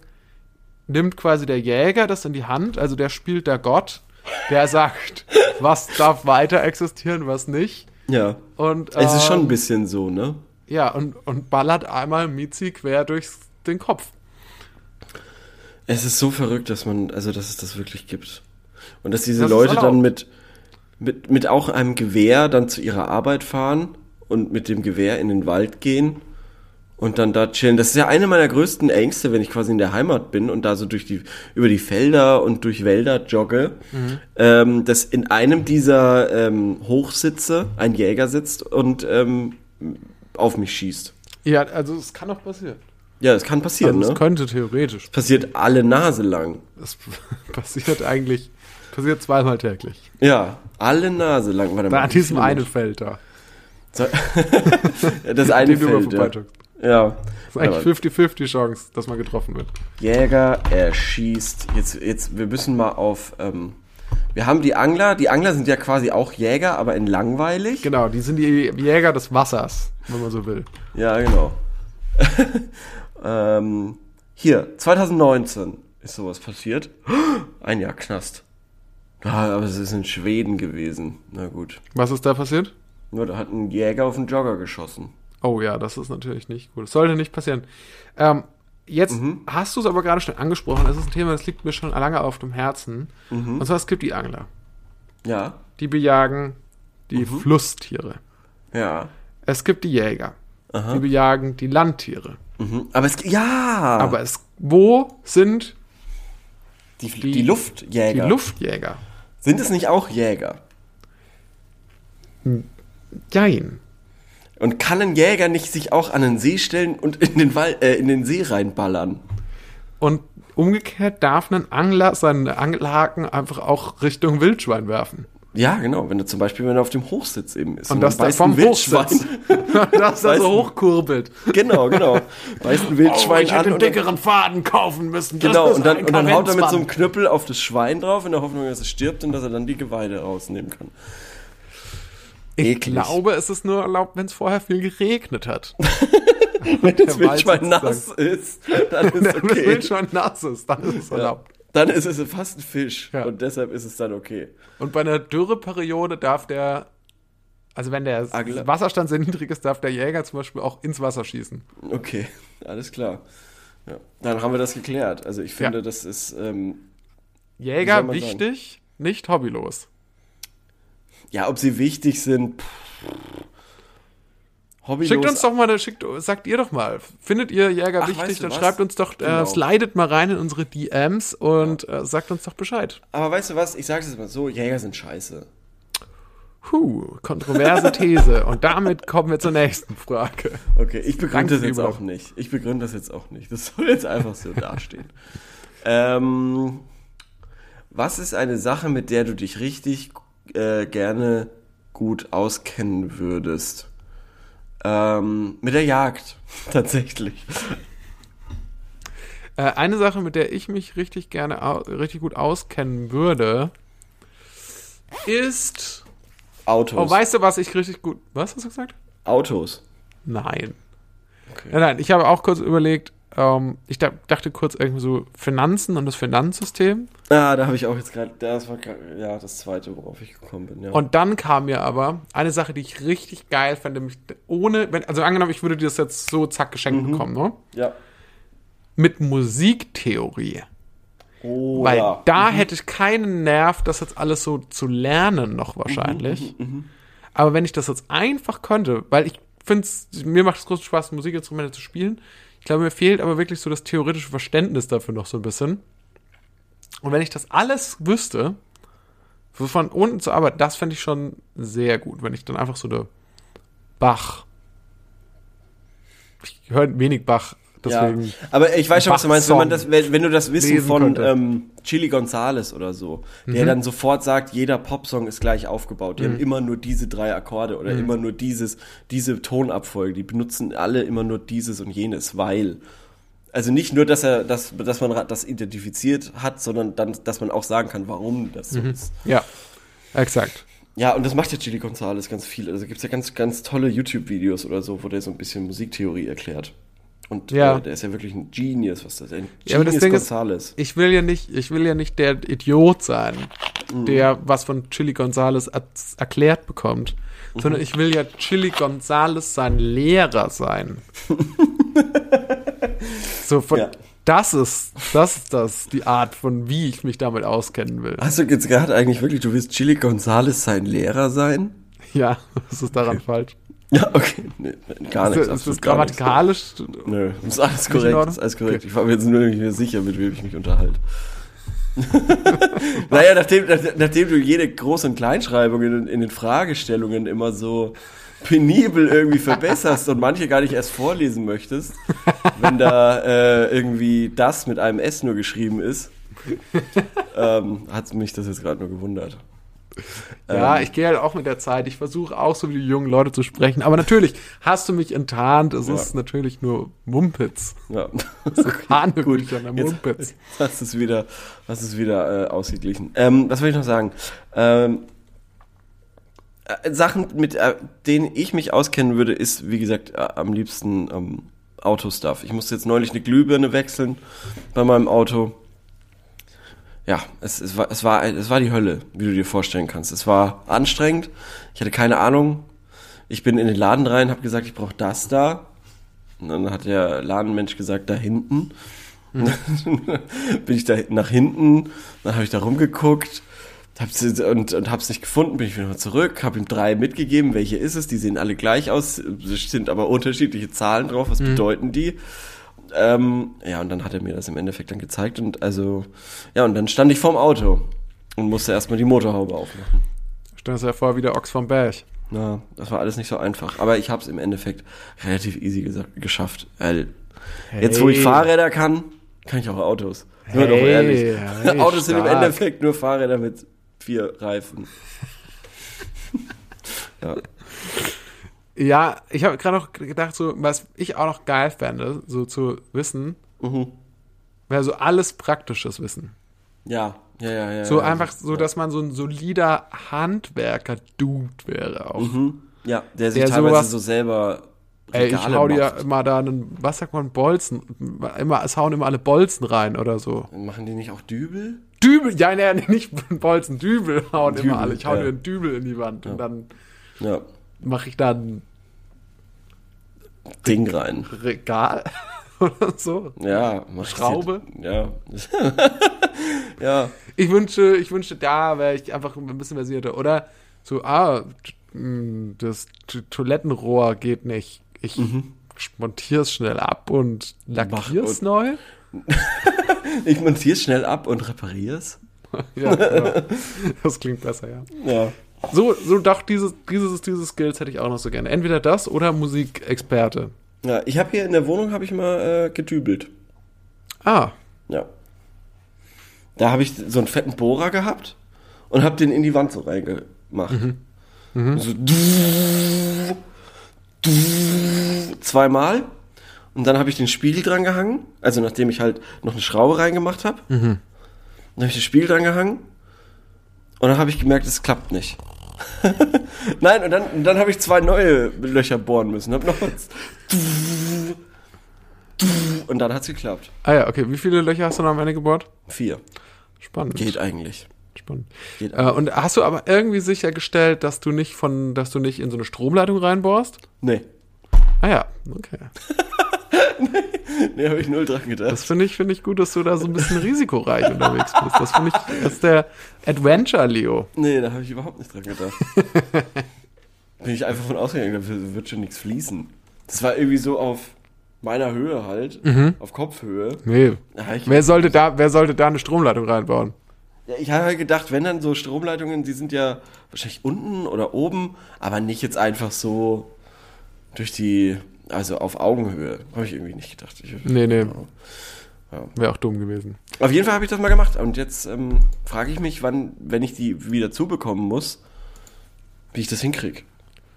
A: nimmt quasi der Jäger das in die Hand, also der spielt der Gott, der sagt, was darf weiter existieren, was nicht.
B: Ja.
A: Und,
B: es ist schon ein
A: ähm,
B: bisschen so, ne?
A: Ja, und, und ballert einmal Mizi quer durch den Kopf.
B: Es ist so verrückt, dass man, also dass es das wirklich gibt. Und dass diese
A: Das ist
B: Leute
A: erlaubt.
B: dann mit, mit, mit auch einem Gewehr dann zu ihrer Arbeit fahren und mit dem Gewehr in den Wald gehen und dann da chillen. Das ist ja eine meiner größten Ängste, wenn ich quasi in der Heimat bin und da so durch die, über die Felder und durch Wälder jogge, ähm, dass in einem dieser ähm, Hochsitze ein Jäger sitzt und ähm, auf mich schießt.
A: Ja, also es kann auch passieren.
B: Ja, das kann passieren,
A: Also es
B: ne?
A: könnte theoretisch.
B: passiert alle Nase lang.
A: Es passiert eigentlich, passiert zweimal täglich.
B: Ja, alle Nase lang. Warte
A: Da
B: mal,
A: an
B: wie
A: diesem
B: viele
A: einen Feld da,
B: So- das eine
A: den du immer
B: Feld, ja.
A: vorbeidrückst.
B: ja.
A: Das ist eigentlich
B: Aber
A: 50-50 Chance, dass man getroffen wird.
B: Jäger, er schießt. Jetzt, jetzt, wir müssen mal auf. Ähm, wir haben die Angler. Die Angler sind ja quasi auch Jäger, aber in langweilig.
A: Genau, die sind die Jäger des Wassers, wenn man so will.
B: Ja, genau. ähm, hier, 2019 ist sowas passiert. Ein Jahr Knast. Ah, aber es ist in Schweden gewesen. Na gut.
A: Was ist da passiert?
B: Nur da hat ein Jäger auf einen Jogger geschossen.
A: Oh ja, das ist natürlich nicht gut. Das sollte nicht passieren. Ähm, jetzt hast du es aber gerade schon angesprochen. Es ist ein Thema, das liegt mir schon lange auf dem Herzen. Und zwar, es gibt die Angler.
B: Ja,
A: Die bejagen die Flusstiere.
B: ja.
A: Es gibt die Jäger. Die bejagen die Landtiere.
B: Mhm. Aber es, ja.
A: Aber es, wo sind
B: Die, die Luftjäger.
A: die Luftjäger?
B: Sind es nicht auch Jäger?
A: Jein.
B: Und kann ein Jäger nicht sich auch an den See stellen und in den, Wal äh, in den See reinballern?
A: Und umgekehrt darf ein Angler seinen Angelhaken einfach auch Richtung Wildschwein werfen.
B: Ja, genau. Wenn du zum Beispiel, wenn du auf dem Hochsitz eben ist
A: Und das
B: dann
A: da
B: beißt
A: vom
B: ein Wildschwein.
A: Hochsitz. Dass er
B: Weißt du?
A: so hochkurbelt.
B: Genau, genau. Beißt
A: Oh,
B: ein Wildschwein an und dann,
A: Faden kaufen müssen.
B: genau, und dann, und dann haut er mit so einem Knüppel auf das Schwein drauf in der Hoffnung, dass es stirbt und dass er dann die Geweide rausnehmen kann.
A: Ich
B: eklig.
A: glaube, es ist nur erlaubt, wenn es vorher viel geregnet hat.
B: Wenn das
A: Der Wald
B: Wildschwein
A: sozusagen.
B: nass ist, dann ist
A: Wenn das
B: okay.
A: Bild schon nass ist, dann ist es
B: Ja.
A: erlaubt.
B: Dann ist es fast ein Fisch
A: Ja.
B: und deshalb ist es dann okay.
A: Und bei einer Dürreperiode darf der, also wenn der
B: Angler.
A: Wasserstand sehr niedrig ist, darf der Jäger zum Beispiel auch ins Wasser schießen.
B: Okay, alles klar. Ja. Dann haben wir das geklärt. Also ich finde,
A: Ja.
B: das ist ähm, Wie soll
A: Jäger
B: man sagen?
A: wichtig, nicht hobbylos.
B: ja, ob sie wichtig sind. Pff. Hobbylos.
A: Schickt uns doch mal, eine- schickt, sagt ihr doch mal, findet ihr Jäger
B: Ach,
A: wichtig,
B: weißt du
A: dann
B: was?
A: schreibt uns doch,
B: Genau.
A: äh, slidet mal rein in unsere DMs und äh, sagt uns doch Bescheid.
B: Aber weißt du was? Ich sag's jetzt mal so: Jäger sind Scheiße.
A: Puh, kontroverse These. und damit kommen wir zur nächsten Frage.
B: Okay, ich begründe das jetzt
A: Dankübung.
B: auch nicht. Ich begründe das jetzt auch nicht. Das soll jetzt einfach so dastehen. ähm, was ist eine Sache, mit der du dich richtig äh, gerne gut auskennen würdest? Ähm, mit der Jagd, tatsächlich.
A: Äh, eine Sache, mit der ich mich richtig gerne, au- richtig gut auskennen würde, ist.
B: Autos.
A: Oh, weißt du, was ich richtig gut. Was hast du gesagt?
B: Autos.
A: Nein.
B: Okay.
A: Nein, nein, ich habe auch kurz überlegt, ähm, ich da- dachte kurz irgendwie so Finanzen und das Finanzsystem.
B: Ah, da habe ich auch jetzt gerade, das war grad, ja das zweite, worauf ich gekommen bin. Ja.
A: Und dann kam mir aber eine Sache, die ich richtig geil fand, nämlich ohne, wenn, also angenommen, ich würde dir das jetzt so zack geschenkt
B: Mhm.
A: bekommen, ne?
B: ja.
A: Mit Musiktheorie.
B: Oh,
A: Weil
B: ja.
A: da hätte ich keinen Nerv, das jetzt alles so zu lernen noch wahrscheinlich. Aber wenn ich das jetzt einfach könnte, weil ich finde mir macht es großen Spaß, Musikinstrumente zu spielen. Ich glaube, mir fehlt aber wirklich so das theoretische Verständnis dafür noch so ein bisschen. Und wenn ich das alles wüsste, so von unten zur Arbeit, das fände ich schon sehr gut, wenn ich dann einfach so eine Bach. Ich höre wenig Bach, deswegen.
B: Ja. Aber ich weiß schon, was du meinst, wenn, man das, wenn, wenn du das Wissen
A: lesen
B: von
A: könnte. Mhm.
B: ähm, Chili Gonzales oder so, der dann sofort sagt, jeder Popsong ist gleich aufgebaut. Die haben immer nur diese drei Akkorde oder
A: Mhm.
B: immer nur dieses, diese Tonabfolge. Die benutzen alle immer nur dieses und jenes, weil. Also nicht nur, dass er, dass, dass man ra- das identifiziert hat, sondern dann, dass man auch sagen kann, warum das
A: Mhm.
B: so ist.
A: Ja, exakt.
B: Ja, und das macht ja Chili Gonzales ganz viel. Also gibt's ja ganz, ganz tolle YouTube-Videos oder so, wo der so ein bisschen Musiktheorie erklärt. Und
A: Ja.
B: äh, der ist ja wirklich ein Genius, was das ist. Ein Genius
A: Ja, aber das Ding ist-
B: Gonzales.
A: Ich will ja nicht, ich will ja nicht der Idiot sein,
B: Mm.
A: der was von Chili Gonzales erz- erklärt bekommt,
B: Mhm.
A: sondern ich will ja Chili Gonzales sein Lehrer sein. so von,
B: Ja.
A: das ist, das ist das, die Art von wie ich mich damit auskennen will.
B: Hast du jetzt gerade Also eigentlich wirklich, du willst Chili Gonzales sein Lehrer sein?
A: Ja, was ist daran falsch?
B: Ja, okay. Nee, gar nichts.
A: Ist,
B: Ah, absolut
A: ist das
B: gar nichts.
A: grammatikalisch?
B: Nö, ist alles
A: in
B: korrekt,
A: Ordnung?
B: ist alles korrekt. Ich war mir jetzt nur nicht mehr sicher, mit wem ich mich unterhalte. naja, nachdem, nach- nachdem du jede Groß- und Kleinschreibung in, in den Fragestellungen immer so penibel irgendwie verbesserst und manche gar nicht erst vorlesen möchtest, wenn da äh, irgendwie das mit einem S nur geschrieben ist, ähm, hat mich das jetzt gerade nur gewundert. Ähm.
A: Ja, ich gehe halt auch mit der Zeit. Ich versuche auch so wie die jungen Leute zu sprechen. Aber natürlich hast du mich enttarnt. Es
B: Ja.
A: ist natürlich nur Mumpitz.
B: Ja.
A: Gut,
B: Jetzt, jetzt hast du es wieder, hast es wieder äh, ausgeglichen. Ähm, was wollte ich noch sagen? Ähm, äh, Sachen, mit äh, denen ich mich auskennen würde, ist, wie gesagt, äh, am liebsten ähm, Autostuff. Ich musste jetzt neulich eine Glühbirne wechseln bei meinem Auto. Ja, es, es, war, es, war, ein- es war die Hölle, wie du dir vorstellen kannst. Es war anstrengend. Ich hatte keine Ahnung. Ich bin in den Laden rein, habe gesagt, ich brauche das da. Und dann hat der Ladenmensch gesagt, da hinten. bin ich da nach hinten, dann habe ich da rumgeguckt hab's, und, und hab's nicht gefunden, bin ich wieder zurück, habe ihm drei mitgegeben, welche ist es, die sehen alle gleich aus, sind aber unterschiedliche Zahlen drauf, was bedeuten die? Ähm, ja, und dann hat er mir das im Endeffekt dann gezeigt und also, ja, und dann stand ich vorm Auto Und musste erstmal die Motorhaube aufmachen.
A: Stell dir das ja vor, wie der Ochs vom Berg.
B: Na, das war alles nicht so einfach. Aber ich habe es im Endeffekt relativ easy gesa- geschafft. Weil Jetzt, wo ich
A: Hey.
B: Fahrräder kann, kann ich auch Autos. Sind wir doch
A: Hey,
B: ehrlich.
A: hey,
B: Autos sind im
A: stark.
B: Endeffekt nur Fahrräder mit vier Reifen. ja.
A: Ja, ich habe gerade noch gedacht, so, was ich auch noch geil fände, so zu wissen,
B: Mhm.
A: wäre so alles praktisches Wissen.
B: ja, ja, ja, ja.
A: So
B: ja.
A: einfach so, dass man so ein solider Handwerker-Dude wäre auch.
B: Mhm. Ja, der sich
A: Der
B: teilweise
A: sowas-
B: so selber.
A: Ey, ich
B: Regale
A: hau dir
B: macht.
A: immer da einen, was sagt man, Bolzen, immer, es hauen immer alle Bolzen rein oder so.
B: Machen die nicht auch Dübel?
A: Dübel, ja, nee, nee, nicht Bolzen, Dübel hauen
B: Dübel,
A: immer alle. Ich hau
B: ja.
A: dir einen Dübel in die Wand und dann
B: Ja.
A: mache ich da ein
B: Ding rein.
A: Regal oder so.
B: Ja, mach ich
A: Schraube?
B: sie- Ja. ja.
A: Ich wünsche, ich wünsche, da wäre ich einfach ein bisschen versierter. Oder so, ah, t- mh, das T- Toilettenrohr geht nicht. Ich montiere es schnell ab und lackiere es
B: Mhm. und-
A: neu.
B: Ich montiere schnell ab und reparier's.
A: Ja, genau. das klingt besser, ja.
B: Ja.
A: So, so doch, dieses, dieses, dieses Skills hätte ich auch noch so gerne. Entweder das oder Musikexperte.
B: Ja, ich habe hier in der Wohnung habe ich mal äh, gedübelt.
A: Ah,
B: Ja. Da habe ich so einen fetten Bohrer gehabt und habe den in die Wand so reingemacht. Mhm. So du, du, zweimal. Und dann habe ich den Spiegel dran gehangen. Also nachdem ich halt noch eine Schraube reingemacht habe. Dann habe ich den Spiegel dran gehangen. Und dann habe ich gemerkt, es klappt nicht. Nein, und dann, und dann habe ich zwei neue Löcher bohren müssen. Hab noch was. Und dann hat's geklappt.
A: ah ja, okay. Wie viele Löcher hast du noch am Ende gebohrt?
B: Vier.
A: Spannend.
B: Geht eigentlich.
A: Spannend.
B: Geht
A: äh, und hast du aber irgendwie sichergestellt, dass du nicht von, dass du nicht in so eine Stromleitung reinbohrst?
B: Nee.
A: Ah ja, okay.
B: Nee, habe ich null dran
A: Das
B: gedacht.
A: finde ich, finde ich gut, dass du da so ein bisschen risikoreich unterwegs bist. Das finde ich, das ist der Adventure Leo.
B: Nee, da habe ich überhaupt nicht dran gedacht. Bin ich einfach von ausgegangen, da wird schon nichts fließen. Das war irgendwie so auf meiner Höhe halt, auf Kopfhöhe.
A: Nee.
B: Ja, ich
A: Wer sollte da, wer sollte da eine Stromleitung reinbauen?
B: ja, ich habe halt gedacht, wenn dann so Stromleitungen, die sind ja wahrscheinlich unten oder oben, aber nicht jetzt einfach so durch die, also auf Augenhöhe. Habe ich irgendwie nicht gedacht. Ich,
A: Nee, nee.
B: Ja.
A: Wäre auch dumm gewesen.
B: Auf jeden Fall habe ich das mal gemacht und jetzt ähm, frage ich mich, wann, wenn ich die wieder zubekommen muss, wie ich das hinkriege.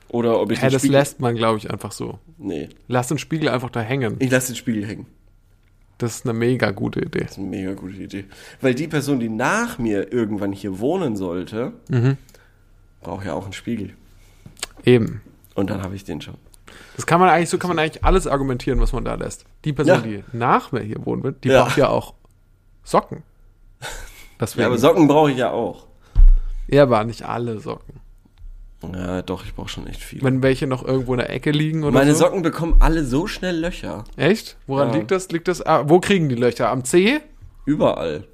B: Oder ob ich
A: Hä,
B: den
A: das
B: Spiegel-
A: lässt man, glaube ich, einfach so.
B: Nee,
A: Lass den Spiegel einfach da hängen.
B: ich lasse den Spiegel hängen.
A: Das ist eine mega gute Idee.
B: Das ist eine mega gute Idee. Weil die Person, die nach mir irgendwann hier wohnen sollte,
A: Mhm.
B: braucht ja auch einen Spiegel.
A: Eben.
B: Und dann habe ich den schon.
A: Das kann man eigentlich, so kann man eigentlich alles argumentieren, was man da lässt. Die Person,
B: Ja.
A: die nach mir hier wohnen wird, die
B: Ja.
A: braucht ja auch Socken. Deswegen.
B: Ja, aber Socken brauche ich ja auch.
A: er war nicht alle Socken.
B: Ja, doch, ich brauche schon echt viel.
A: Wenn welche noch irgendwo in der Ecke liegen oder
B: Meine
A: so.
B: Socken bekommen alle so schnell Löcher.
A: Echt? Woran
B: Ja.
A: liegt das? Liegt das? Ah, wo kriegen die Löcher? Am Zeh?
B: Überall.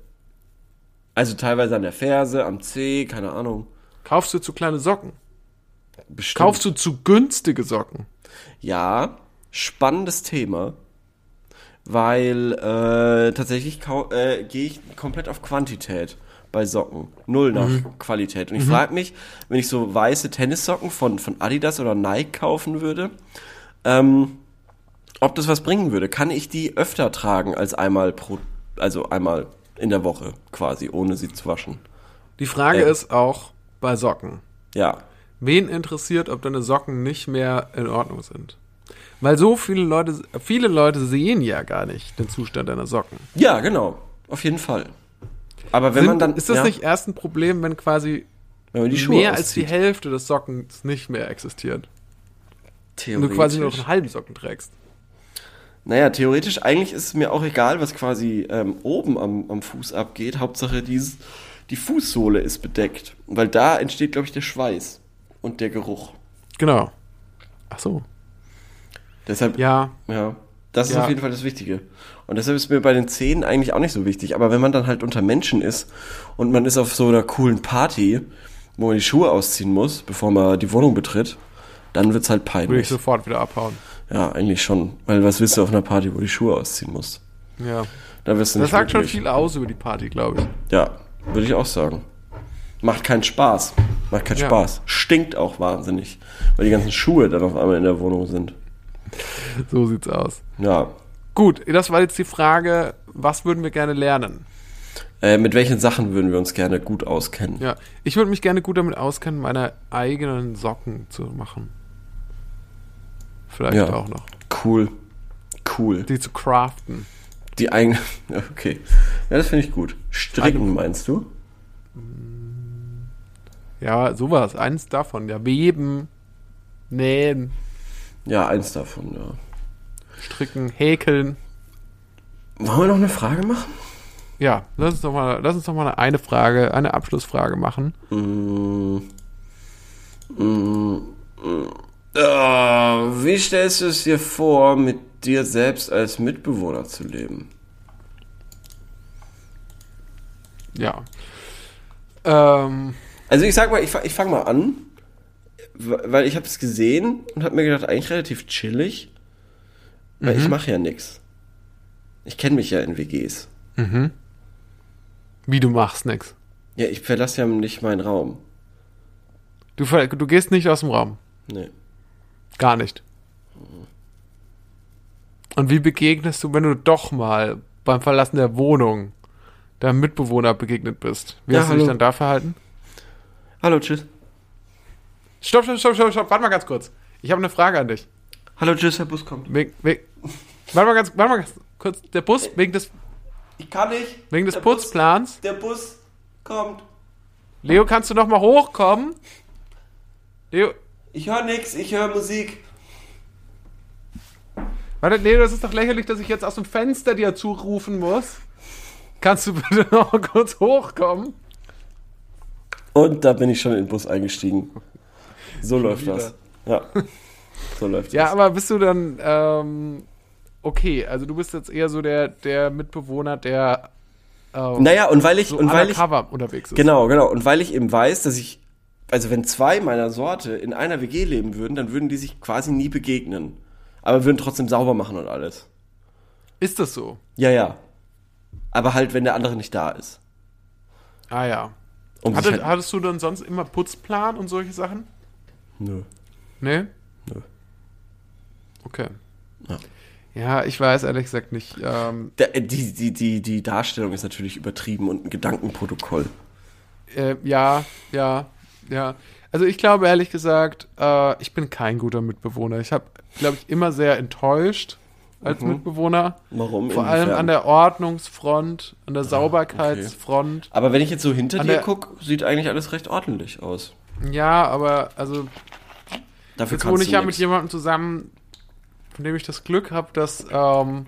B: Also teilweise an der Ferse, am Zeh, keine Ahnung.
A: Kaufst du zu kleine Socken?
B: Bestimmt.
A: Kaufst du zu günstige Socken?
B: Ja, spannendes Thema, weil äh, tatsächlich kau- äh, gehe ich komplett auf Quantität bei Socken. Null nach
A: Mhm.
B: Qualität. Und ich frage mich, wenn ich so weiße Tennissocken von, von Adidas oder Nike kaufen würde, ähm, ob das was bringen würde. Kann ich die öfter tragen als einmal pro, also einmal in der Woche quasi, ohne sie zu waschen?
A: Die Frage
B: Äh.
A: ist auch bei Socken.
B: Ja.
A: Wen interessiert, ob deine Socken nicht mehr in Ordnung sind? Weil so viele Leute, viele Leute sehen ja gar nicht den Zustand deiner Socken.
B: Ja, genau. Auf jeden Fall. Aber wenn
A: Sind,
B: man dann.
A: ist das
B: ja,
A: nicht erst ein Problem, wenn quasi
B: wenn man die Schuhe
A: mehr als die
B: auszieht,
A: Hälfte des Sockens nicht mehr existiert? Und du
B: theoretisch.
A: quasi nur noch einen halben Socken trägst.
B: Naja, theoretisch eigentlich ist es mir auch egal, was quasi ähm, oben am, am Fuß abgeht. Hauptsache dieses, die Fußsohle ist bedeckt. Weil da entsteht, glaube ich, der Schweiß und der Geruch.
A: Genau. Ach so.
B: Deshalb, ja.
A: Ja,
B: das ist
A: Ja.
B: auf jeden Fall das Wichtige. Und deshalb ist mir bei den Zähnen eigentlich auch nicht so wichtig. Aber wenn man dann halt unter Menschen ist und man ist auf so einer coolen Party, wo man die Schuhe ausziehen muss, bevor man die Wohnung betritt, dann wird's halt
A: würde ich
B: peinlich.
A: sofort wieder abhauen.
B: Ja, eigentlich schon. Weil was willst du auf einer Party, wo die Schuhe ausziehen musst?
A: Ja.
B: Da wirst du
A: Das
B: nicht
A: sagt schon
B: glücklich.
A: viel aus über die Party, glaube ich.
B: Ja, würde ich auch sagen. Macht keinen Spaß. Macht keinen
A: Ja.
B: Spaß. Stinkt auch wahnsinnig, weil die ganzen Schuhe dann auf einmal in der Wohnung sind.
A: So sieht's aus.
B: Ja.
A: Gut, das war jetzt die Frage, was würden wir gerne lernen?
B: Äh, mit welchen Sachen würden wir uns gerne gut auskennen?
A: Ja, ich würde mich gerne gut damit auskennen, meine eigenen Socken zu machen. Vielleicht
B: Ja.
A: auch noch.
B: Cool. Cool. Die,
A: Die zu craften.
B: eigene. Okay. Ja, das finde ich gut. Stricken meinst du?
A: Ja, sowas. Eins davon. Ja, weben, nähen,
B: Ja, eins davon, ja.
A: stricken, häkeln.
B: Wollen wir noch eine Frage machen?
A: Ja, lass uns doch mal, lass uns doch mal eine Frage, eine Abschlussfrage machen.
B: Ah, wie stellst du es dir vor, mit dir selbst als Mitbewohner zu leben?
A: Ja. Ähm,
B: Also ich sag mal, ich, fa- ich fange mal an, weil ich habe es gesehen und habe mir gedacht, eigentlich relativ chillig, weil
A: Mhm.
B: ich mache ja nix. Ich kenne mich ja in WGs.
A: wie du machst nix.
B: Ja, ich verlasse ja nicht meinen Raum.
A: Du, ver- du gehst nicht aus dem Raum.
B: Nee.
A: Gar nicht. Und wie begegnest du, wenn du doch mal beim Verlassen der Wohnung deinem Mitbewohner begegnet bist? Wie
B: Ja,
A: hast du dich
B: hallo.
A: dann da verhalten?
B: Hallo, tschüss.
A: Stopp, stopp, stopp, stopp, stopp. Warte mal ganz kurz. Ich habe eine Frage an dich.
B: Hallo, tschüss, Herr Bus kommt.
A: Wegen, wegen, warte mal ganz, warte mal ganz kurz. Der Bus wegen des,
B: Ich kann nicht.
A: wegen des
B: Der Bus-
A: Putzplans.
B: Der Bus kommt.
A: Leo, kannst du noch mal hochkommen? Leo,
B: Ich höre nix, ich höre Musik.
A: warte, Leo, das ist doch lächerlich, dass ich jetzt aus dem Fenster dir zurufen muss. Kannst du bitte noch mal kurz hochkommen?
B: Und da bin ich schon in den Bus eingestiegen. So läuft
A: wieder.
B: das. Ja. So läuft
A: Ja,
B: das.
A: aber bist du dann ähm, okay? Also du bist jetzt eher so der, der Mitbewohner, der ähm,
B: Naja, und weil ich,
A: so
B: und weil ich,
A: undercover unterwegs ist.
B: Genau, genau. Und weil ich eben weiß, dass ich, also wenn zwei meiner Sorte in einer WG leben würden, dann würden die sich quasi nie begegnen. Aber würden trotzdem sauber machen und alles.
A: Ist das so?
B: Ja, ja. Aber halt, wenn der andere nicht da ist.
A: Ah ja.
B: Um
A: Hatte,
B: sich halt,
A: Hattest du dann sonst immer Putzplan und solche Sachen?
B: nö.
A: Nee?
B: Nö.
A: Okay.
B: Ja.
A: Ja, ich weiß ehrlich gesagt nicht. Ähm,
B: Der, äh, die, die, die, die Darstellung ist natürlich übertrieben und ein Gedankenprotokoll.
A: äh, ja, ja, ja. Also ich glaube ehrlich gesagt, äh, ich bin kein guter Mitbewohner. Ich habe, glaube ich, immer sehr enttäuscht als Mitbewohner.
B: Mhm. Warum?
A: Vor allem
B: Inwiefern? Ah,
A: an der Ordnungsfront, an der Sauberkeitsfront.
B: Aber wenn ich jetzt so hinter
A: an
B: dir
A: der-
B: gucke, sieht eigentlich alles recht ordentlich aus.
A: Ja, aber also
B: Dafür
A: jetzt wohne
B: kannst
A: ich
B: du
A: ja mit
B: nix.
A: jemandem zusammen, von dem ich das Glück habe, dass ähm,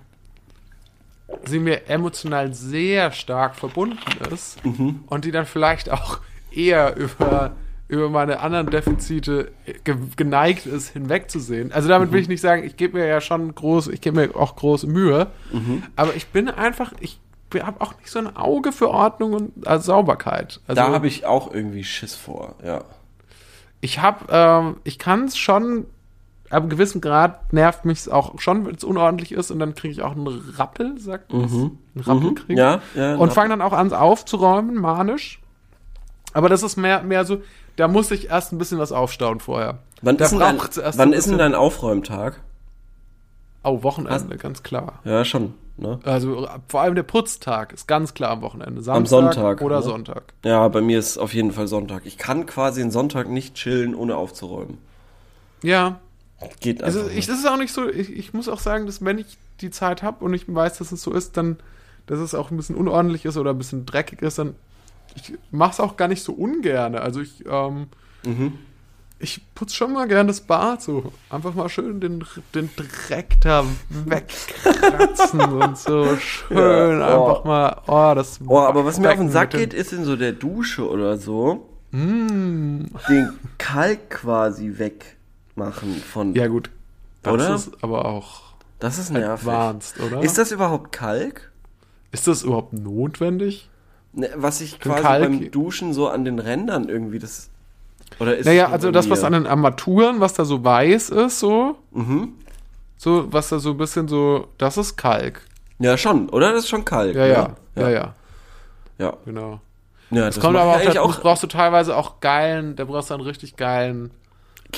A: sie mir emotional sehr stark verbunden ist
B: Mhm.
A: und die dann vielleicht auch eher über, über meine anderen Defizite ge geneigt ist, hinwegzusehen. Also damit
B: Mhm.
A: will ich nicht sagen, ich gebe mir ja schon groß, ich gebe mir auch große Mühe,
B: Mhm.
A: aber ich bin einfach, ich habe auch nicht so ein Auge für Ordnung und also Sauberkeit. Also,
B: Da habe ich auch irgendwie Schiss vor, ja.
A: ich habe, ähm, ich kann es schon, ab einem gewissen Grad nervt mich es auch schon, wenn es unordentlich ist und dann kriege ich auch einen Rappel, sagt man. Mhm. Einen Rappel krieg.
B: Ja, ja.
A: Und
B: na-
A: fange dann auch an, aufzuräumen, manisch. Aber das ist mehr, mehr so, da muss ich erst ein bisschen was aufstauen vorher.
B: Wann
A: da
B: ist denn dein,
A: braucht's erst
B: wann
A: ein
B: ist denn
A: bisschen-
B: dein Aufräumtag?
A: Oh, Wochenende, ganz klar.
B: Ja, schon, ne?
A: Also äh, vor allem der Putztag ist ganz klar am Wochenende. Samstag
B: Sonntag,
A: Oder
B: ne?
A: Sonntag.
B: Ja, bei mir ist auf jeden Fall Sonntag. Ich kann quasi den Sonntag nicht chillen, ohne aufzuräumen.
A: Ja,
B: Geht
A: Es
B: einfach.
A: ist, ich,
B: nicht.
A: das ist auch nicht so, ich, ich muss auch sagen, dass wenn ich die Zeit habe und ich weiß, dass es so ist, dann, dass es auch ein bisschen unordentlich ist oder ein bisschen dreckig ist, dann ich mache es auch gar nicht so ungern. Also ich, ähm,
B: Mhm.
A: ich putze schon mal gern das Bad so. Einfach mal schön den, den Dreck da wegkratzen und so schön
B: Ja, oh.
A: einfach mal, oh, das
B: oh, aber was mir auf den
A: Becken mit
B: Sack
A: dem-
B: geht, ist in so der Dusche oder so.
A: Mm.
B: Den Kalk quasi wegmachen von.
A: Ja gut, das
B: Oder?
A: ist aber auch
B: das ist nervig.
A: warnst, oder?
B: Ist das überhaupt Kalk?
A: ist das überhaupt notwendig?
B: Ne, was ich quasi
A: Kalk-
B: beim Duschen so an den Rändern irgendwie das. Oder ist
A: Naja,
B: das
A: also
B: nur
A: das,
B: bei
A: was
B: mir?
A: an den Armaturen, was da so weiß ist, so.
B: Mhm.
A: So, was da so ein bisschen so, das ist Kalk.
B: Ja, schon, oder? Das ist schon Kalk.
A: Ja,
B: ne?
A: ja, ja, ja,
B: ja.
A: genau.
B: Ja,
A: Das, kommt aber auch,
B: macht eigentlich
A: da brauchst du teilweise auch geilen, da brauchst du einen richtig geilen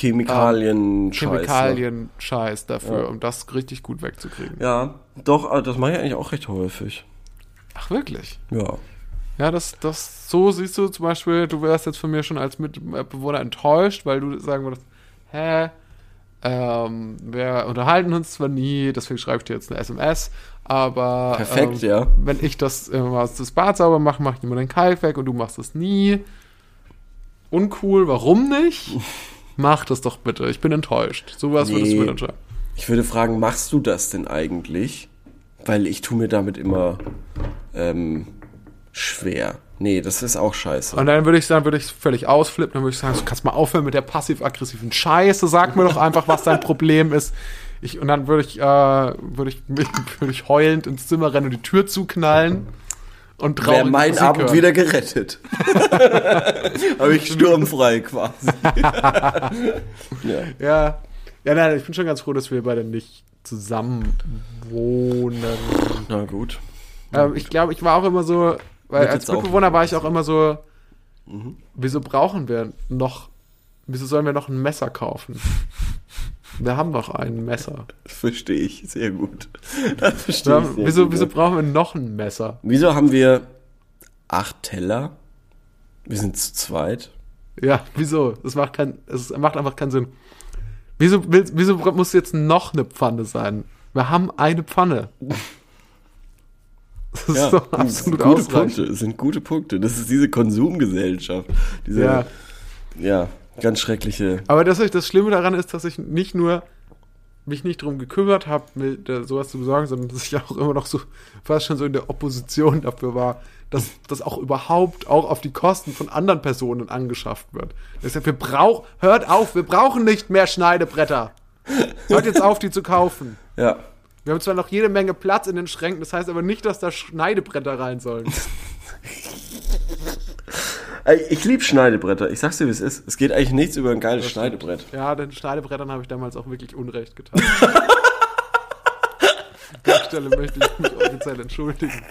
B: Chemikalien, Chemikalien.
A: Chemikalien-Scheiß dafür, um das richtig gut wegzukriegen.
B: Ja, doch, also das mache ich eigentlich auch recht häufig.
A: Ach, wirklich?
B: Ja.
A: Ja, das, das, so siehst du zum Beispiel, du wärst jetzt von mir schon als Mitbewohner enttäuscht, weil du sagen würdest, hä, ähm, wir unterhalten uns zwar nie, deswegen schreibe ich dir jetzt eine SMS, aber
B: Perfekt,
A: ähm,
B: ja.
A: wenn ich das, äh, mal das Bad sauber mache, mache ich immer den Kalk weg und du machst das nie. Uncool, warum nicht? Mach das doch bitte, ich bin enttäuscht. Sowas würdest du
B: Nee.
A: mir dann schreiben.
B: Ich würde fragen, machst du das denn eigentlich? Weil ich tue mir damit immer ähm, schwer. Nee, das ist auch scheiße.
A: Und dann würde ich sagen, würde ich völlig ausflippen, dann würde ich sagen, du kannst mal aufhören mit der passiv-aggressiven Scheiße, sag mir doch einfach, was dein Problem ist. Ich, und dann würde ich, äh, würde ich, mich- würde ich heulend ins Zimmer rennen und die Tür zuknallen und
B: Wäre
A: traurig
B: mein
A: Musik
B: Abend
A: hören.
B: wieder gerettet. Habe ich sturmfrei quasi. ja.
A: Ja. Ja, nein, ich bin schon ganz froh, dass wir beide nicht zusammen wohnen.
B: Na gut.
A: Ähm, ich glaube, ich war auch immer so, weil
B: Wird
A: als
B: jetzt auch Mhm.
A: Mitbewohner war ich auch immer so, wieso brauchen wir noch, wieso sollen wir noch ein Messer kaufen? Wir haben doch ein Messer.
B: Das verstehe ich sehr gut. Das verstehe
A: Ja,
B: ich sehr
A: wieso,
B: gut. ne?
A: wieso brauchen wir noch ein Messer?
B: wieso haben wir acht Teller? Wir sind zu zweit.
A: Ja, wieso? Es macht, kein, es macht einfach keinen Sinn. Wieso, willst- wieso bra- muss jetzt noch eine Pfanne sein? Wir haben eine Pfanne. Das ist doch absolut
B: gute
A: ausreichend.
B: Punkte. Das sind gute Punkte. Das ist diese Konsumgesellschaft. Diese,
A: Ja.
B: ja. ganz schreckliche.
A: Aber das, das Schlimme daran ist, dass ich nicht nur mich nicht drum gekümmert habe, mir da sowas zu besorgen, sondern dass ich auch immer noch so fast schon so in der Opposition dafür war, dass das auch überhaupt auch auf die Kosten von anderen Personen angeschafft wird. Deshalb, wir brauch, hört auf, wir brauchen nicht mehr Schneidebretter. Hört jetzt auf, die zu kaufen.
B: Ja,
A: Wir haben zwar noch jede Menge Platz in den Schränken, das heißt aber nicht, dass da Schneidebretter rein sollen.
B: Ey, Ich liebe Schneidebretter. Ich sag's dir, wie es ist. Es geht eigentlich nichts über ein geiles Schneidebrett.
A: Ja, den Schneidebrettern habe ich damals auch wirklich Unrecht getan. An der Stelle möchte ich mich offiziell entschuldigen.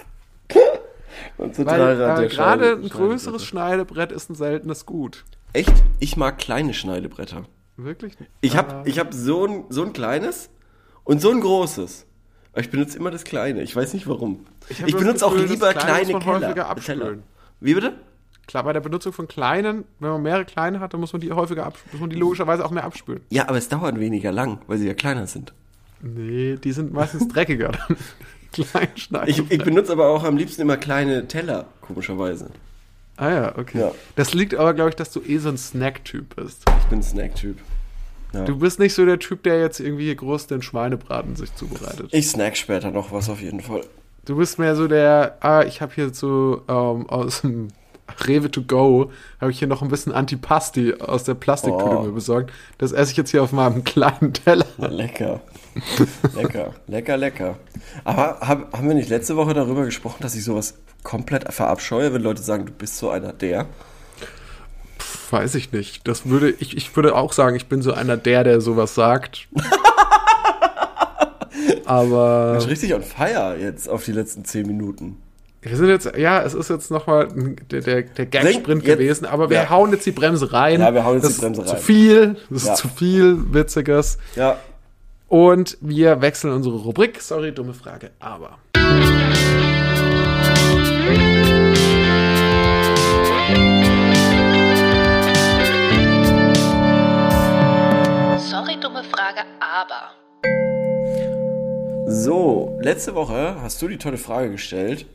B: Und
A: Weil äh, gerade ein größeres Schneidebrett ist ein seltenes Gut.
B: Echt? Ich mag kleine Schneidebretter.
A: Wirklich? nicht.
B: Ich hab, ich hab so, ein, so ein kleines und so ein großes. Aber ich benutze immer das kleine. Ich weiß nicht warum. Ich,
A: hab das
B: benutze auch
A: Gefühl, das
B: lieber
A: Kleine muss
B: kleine
A: man häufiger
B: Keller.
A: abspülen.
B: Teller. Wie bitte?
A: Klar, bei der Benutzung von kleinen, wenn man mehrere kleine hat, dann muss man die häufiger abspülen, muss man die logischerweise auch mehr abspülen.
B: Ja, aber es dauert weniger lang, weil sie ja kleiner sind.
A: Nee, die sind meistens dreckiger. Klein
B: Ich,
A: schneiden.
B: ich benutze aber auch am liebsten immer kleine Teller, komischerweise.
A: Ah ja, okay.
B: Ja.
A: Das liegt aber, glaube ich, dass du eh so ein Snack-Typ bist.
B: Ich bin ein Snack-Typ. Ja.
A: Du bist nicht so der Typ, der jetzt irgendwie hier groß den Schweinebraten sich zubereitet.
B: Ich snack später noch was auf jeden Fall.
A: Du bist mehr so der, ah, ich habe hier so ähm, aus dem Rewe to go, habe ich hier noch ein bisschen Antipasti aus der Plastiktüte
B: Oh.
A: mir besorgt. Das esse ich jetzt hier auf meinem kleinen Teller.
B: Lecker. lecker, lecker, lecker. Aber hab, haben wir nicht letzte Woche darüber gesprochen, dass ich sowas komplett verabscheue, wenn Leute sagen, du bist so einer der?
A: Weiß ich nicht. Das würde ich, ich würde auch sagen, ich bin so einer der, der sowas sagt.
B: Du
A: Aber
B: bist richtig on fire jetzt auf die letzten 10 Minuten.
A: wir sind jetzt, ja, es ist jetzt nochmal der, der, der Gagsprint
B: Bringt jetzt-
A: gewesen, aber wir
B: ja.
A: hauen jetzt die Bremse rein.
B: Ja, wir hauen jetzt
A: das
B: die Bremse
A: ist Zu
B: rein.
A: viel, das
B: Ja.
A: ist zu viel Witziges.
B: Ja.
A: Und wir wechseln unsere Rubrik. Sorry, dumme Frage, aber.
D: Sorry, dumme Frage, aber.
B: So, letzte Woche hast du die tolle Frage gestellt.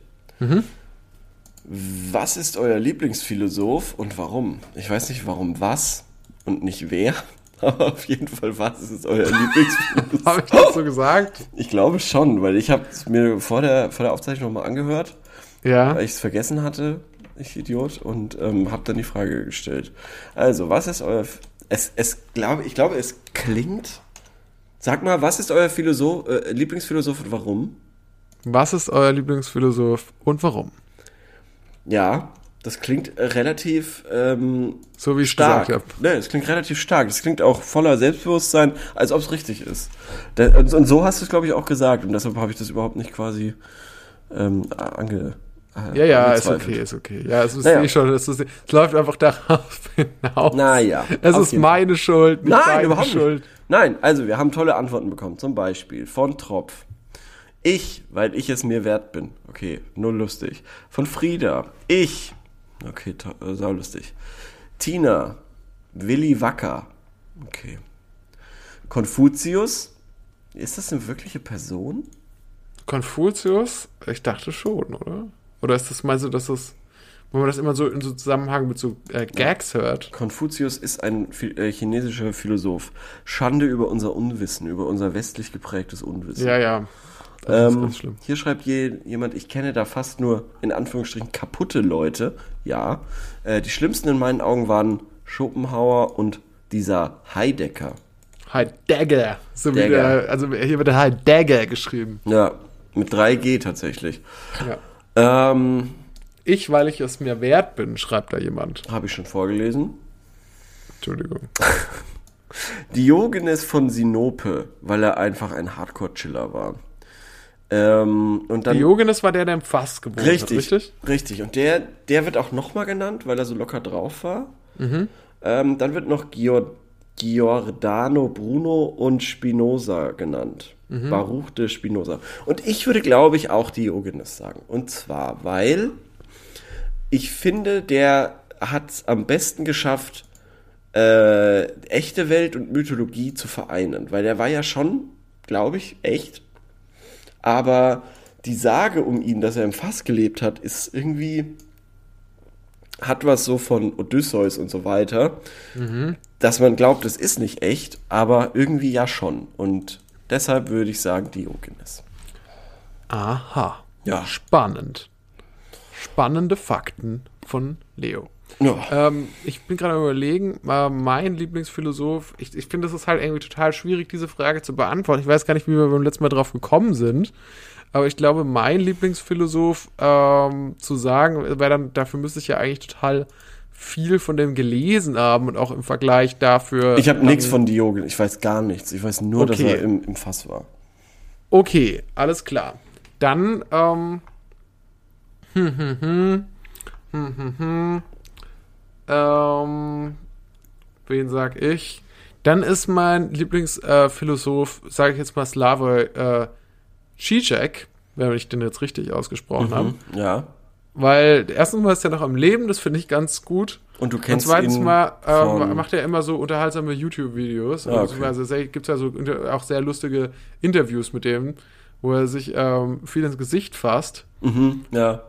B: Was ist euer Lieblingsphilosoph und warum? Ich weiß nicht, warum was und nicht wer, aber auf jeden Fall, was ist euer Lieblingsphilosoph?
A: Habe ich das so gesagt?
B: Ich glaube schon, weil ich habe es mir vor der, vor der Aufzeichnung nochmal angehört,
A: Ja.
B: weil ich es vergessen hatte, ich Idiot, und ähm, habe dann die Frage gestellt. Also, was ist euer... F- Es, es glaube, ich glaube, es klingt... Sag mal, was ist euer Philosoph, äh, Lieblingsphilosoph und warum?
A: Was ist euer Lieblingsphilosoph und warum?
B: Ja, das klingt äh, relativ ähm,
A: So wie ich
B: stark.
A: gesagt habe.
B: Nee, es klingt relativ stark. Es klingt auch voller Selbstbewusstsein, als ob es richtig ist. Da, und, und so hast du es, glaube ich, auch gesagt. Und deshalb habe ich das überhaupt nicht quasi ähm, ange,
A: Ja, ja, ist
B: bezweifelt.
A: okay, ist okay. Ja, es ist
B: Naja.
A: eh schon, es, ist, es läuft einfach darauf hinaus.
B: Naja,
A: Es
B: auf
A: ist
B: jeden
A: meine Schuld, nicht
B: Nein,
A: deine
B: überhaupt
A: Schuld.
B: nicht. Nein, also wir haben tolle Antworten bekommen. Zum Beispiel von Tropf. Ich, weil ich es mir wert bin. Okay, nur lustig. Von Frieda. Ich. Okay, to- äh, sau lustig. Tina. Willi Wacker. Okay. Konfuzius. Ist das eine wirkliche Person?
A: Konfuzius? Ich dachte schon, oder? Oder ist das, meinst du, dass das, wenn man das immer so in so Zusammenhang mit so äh, Gags hört?
B: Konfuzius ist ein Phi- äh, chinesischer Philosoph. Schande über unser Unwissen, über unser westlich geprägtes Unwissen.
A: Ja, ja. Das ist
B: Ähm,
A: ganz schlimm.
B: hier schreibt je, jemand, ich kenne da fast nur in Anführungsstrichen kaputte Leute. Ja. Äh, die schlimmsten in meinen Augen waren Schopenhauer und dieser Heidegger.
A: Heidegger. So wie
B: Dagger.
A: der, also hier wird der Heidegger geschrieben.
B: Ja, mit 3G tatsächlich.
A: Ja.
B: Ähm,
A: Ich, weil ich es mir wert bin, schreibt da jemand.
B: Habe ich schon vorgelesen.
A: Entschuldigung.
B: Diogenes von Sinope, weil er einfach ein Hardcore-Chiller war. Ähm, und dann
A: Diogenes war der, der im Fass geboren
B: Richtig,
A: hat, richtig?
B: richtig. Und der, der wird auch nochmal genannt, weil er so locker drauf war. Ähm, dann wird noch Gior Giordano Bruno und Spinoza genannt. Baruch de Spinoza. Und ich würde, glaube ich, auch Diogenes sagen. Und zwar, weil ich finde, der hat es am besten geschafft, äh, echte Welt und Mythologie zu vereinen. Weil der war ja schon, glaube ich, echt. Aber die Sage um ihn, dass er im Fass gelebt hat, ist irgendwie. hat was so von Odysseus und so weiter,
A: Mhm.
B: dass man glaubt, es ist nicht echt, aber irgendwie ja schon. Und deshalb würde ich sagen, Diogenes.
A: Aha.
B: Ja.
A: Spannend. Spannende Fakten von Leo.
B: Ja.
A: Ähm, ich bin gerade am überlegen, äh, mein Lieblingsphilosoph, ich, ich finde, es ist halt irgendwie total schwierig, diese Frage zu beantworten. Ich weiß gar nicht, wie wir beim letzten Mal drauf gekommen sind, aber ich glaube, mein Lieblingsphilosoph ähm, zu sagen, weil dann, dafür müsste ich ja eigentlich total viel von dem gelesen haben und auch im Vergleich dafür. ähm,
B: Ich habe
A: dann-
B: nichts von Diogenes, ich weiß gar nichts. Ich weiß nur, dass
A: Okay.
B: er im, im Fass war.
A: Okay, alles klar. Dann, ähm. Hm, hm, hm. Hm, hm, hm. Ähm. Wen sag ich? Dann ist mein Lieblingsphilosoph, äh, Philosoph, sage ich jetzt mal Slavoj äh, Žižek, wenn ich den jetzt richtig ausgesprochen habe.
B: Ja.
A: Weil erstens mal ist er noch am Leben, das finde ich ganz gut.
B: Und du kennst
A: Und zweitens
B: ihn
A: mal ähm,
B: von-
A: macht er immer so unterhaltsame YouTube-Videos.
B: Ah, okay.
A: Beziehungsweise sehr- gibt's ja so unter- auch sehr lustige Interviews mit dem, wo er sich ähm, viel ins Gesicht fasst.
B: Mhm. Ja.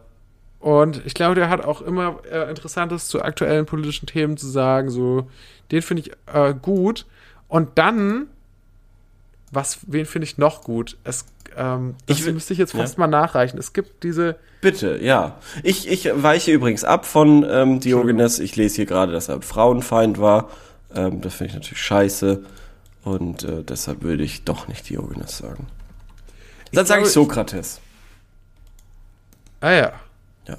A: Und ich glaube, der hat auch immer äh, Interessantes zu aktuellen politischen Themen zu sagen. So, den finde ich äh, gut. Und dann, was, wen finde ich noch gut? Es, ähm, das
B: Ich will-
A: müsste ich jetzt
B: ja.
A: fast mal nachreichen. Es gibt diese,
B: Bitte, ja. Ich, ich weiche übrigens ab von ähm, Diogenes. Ich lese hier gerade, dass er ein Frauenfeind war. Ähm, das finde ich natürlich scheiße. Und äh, deshalb würde ich doch nicht Diogenes sagen. Dann sage ich
A: glaube,
B: Sokrates.
A: ah ja.
B: Ja.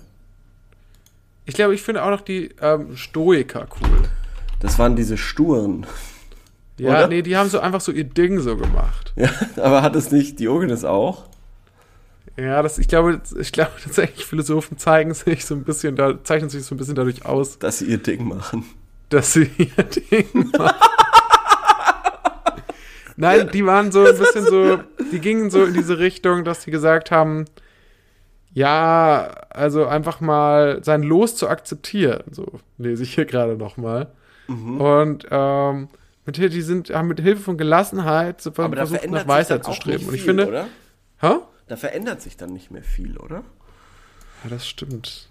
A: Ich glaube, ich finde auch noch die ähm, Stoiker cool.
B: Das waren diese Sturen.
A: Ja,
B: Oder?
A: nee, die haben so einfach so ihr Ding so gemacht.
B: Ja, aber hat es nicht Diogenes auch?
A: Ja, das, ich glaube, ich glaube tatsächlich, Philosophen zeigen sich so ein bisschen, da, zeichnen sich so ein bisschen dadurch aus,
B: Dass sie ihr Ding machen.
A: dass sie ihr Ding machen. Nein, die waren so ein bisschen so, die gingen so in diese Richtung, dass sie gesagt haben, ja, also einfach mal sein Los zu akzeptieren. So lese ich hier gerade nochmal.
B: Mhm.
A: Und ähm, mit, Hil- die sind, haben mit Hilfe von Gelassenheit so ver- versucht, nach Weisheit zu streben. Und ich finde,
B: oder?
A: hä?
B: Da verändert sich dann nicht mehr viel, oder?
A: Ja, das stimmt.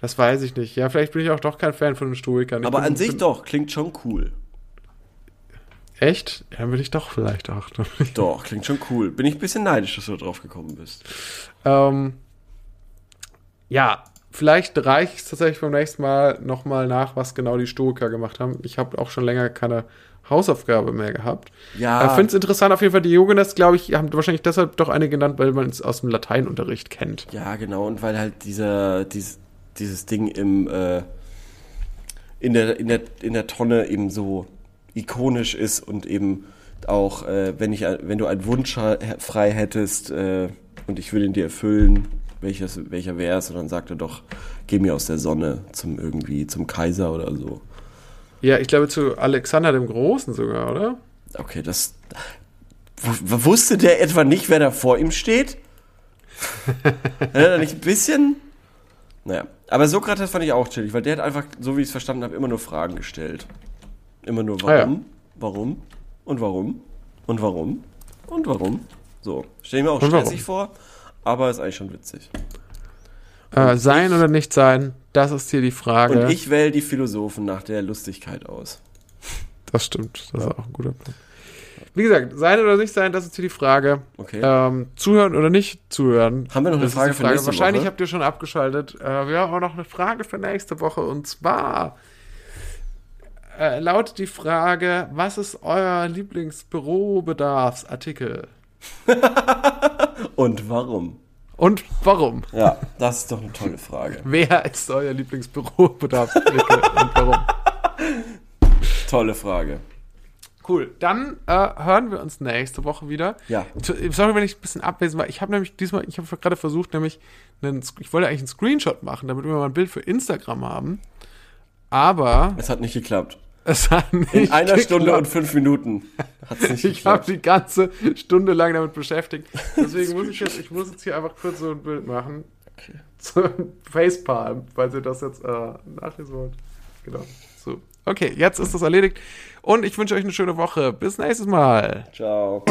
A: Das weiß ich nicht. Ja, vielleicht bin ich auch doch kein Fan von den Stoikern. Ich
B: Aber
A: bin,
B: an sich
A: bin,
B: doch, klingt schon cool.
A: Echt? Ja, dann bin ich doch vielleicht auch.
B: Doch, klingt schon cool. Bin ich ein bisschen neidisch, dass du da drauf gekommen bist.
A: ähm, ja, vielleicht reiche ich es tatsächlich beim nächsten Mal nochmal nach, was genau die Stoiker gemacht haben. Ich habe auch schon länger keine Hausaufgabe mehr gehabt.
B: Ja.
A: Ich finde es interessant, auf jeden Fall Diogenes, glaube ich, haben wahrscheinlich deshalb doch eine genannt, weil man es aus dem Lateinunterricht kennt.
B: Ja, genau, und weil halt dieser, dies, dieses Ding im, äh, in, der, in, der, in der Tonne eben so ikonisch ist und eben auch, äh, wenn, ich, ein- wenn du einen Wunsch ha- frei hättest äh, und ich würde ihn dir erfüllen, welches, welcher wer ist. Und dann sagt er doch, geh mir aus der Sonne zum irgendwie, zum Kaiser oder so.
A: Ja, ich glaube zu Alexander dem Großen sogar, oder?
B: Okay, das. W w- wusste der etwa nicht, wer da vor ihm steht? Hat er da nicht ein bisschen? Naja. Aber Sokrates fand ich auch chillig, weil der hat einfach, so wie ich es verstanden habe, immer nur Fragen gestellt. Immer nur warum,
A: Ah ja.
B: warum und warum und warum und warum. So. Stell mir auch
A: Und warum.
B: stressig vor, aber ist eigentlich schon witzig.
A: Äh, sein oder nicht sein, das ist hier die Frage.
B: Und ich wähle die Philosophen nach der Lustigkeit aus.
A: Das stimmt, das ist auch ein guter Punkt. Wie gesagt, sein oder nicht sein, das ist hier die Frage.
B: Okay.
A: Ähm, zuhören oder nicht zuhören.
B: Haben wir noch eine
A: das ist
B: Frage
A: die
B: für nächste
A: Wahrscheinlich
B: Woche?
A: habt ihr schon abgeschaltet. Äh, wir haben auch noch eine Frage für nächste Woche und zwar äh, lautet die Frage: Was ist euer Lieblingsbürobedarfsartikel?
B: Und warum?
A: Und warum?
B: Ja, das ist doch eine tolle Frage.
A: Wer ist euer Lieblingsbürobedarfsartikel und warum?
B: Tolle Frage.
A: Cool. Dann äh, hören wir uns nächste Woche wieder.
B: Ja.
A: T- Sorry, wenn ich ein bisschen abwesend war. Ich habe nämlich diesmal, ich habe gerade versucht, nämlich, einen, Sc- ich wollte eigentlich einen Screenshot machen, damit wir mal ein Bild für Instagram haben. Aber
B: Es hat nicht geklappt.
A: es hat nicht.
B: In einer Stunde
A: geklappt.
B: und fünf Minuten hat es nicht
A: ich habe
B: geklappt.
A: die ganze Stunde lang damit beschäftigt. Deswegen muss ich jetzt, ich muss jetzt hier einfach kurz so ein Bild machen.
B: Okay.
A: So ein Facepalm, falls ihr das jetzt äh, nachlesen wollt. Genau. So. Okay, jetzt ist das erledigt. Und ich wünsche euch eine schöne Woche. Bis nächstes Mal.
B: Ciao.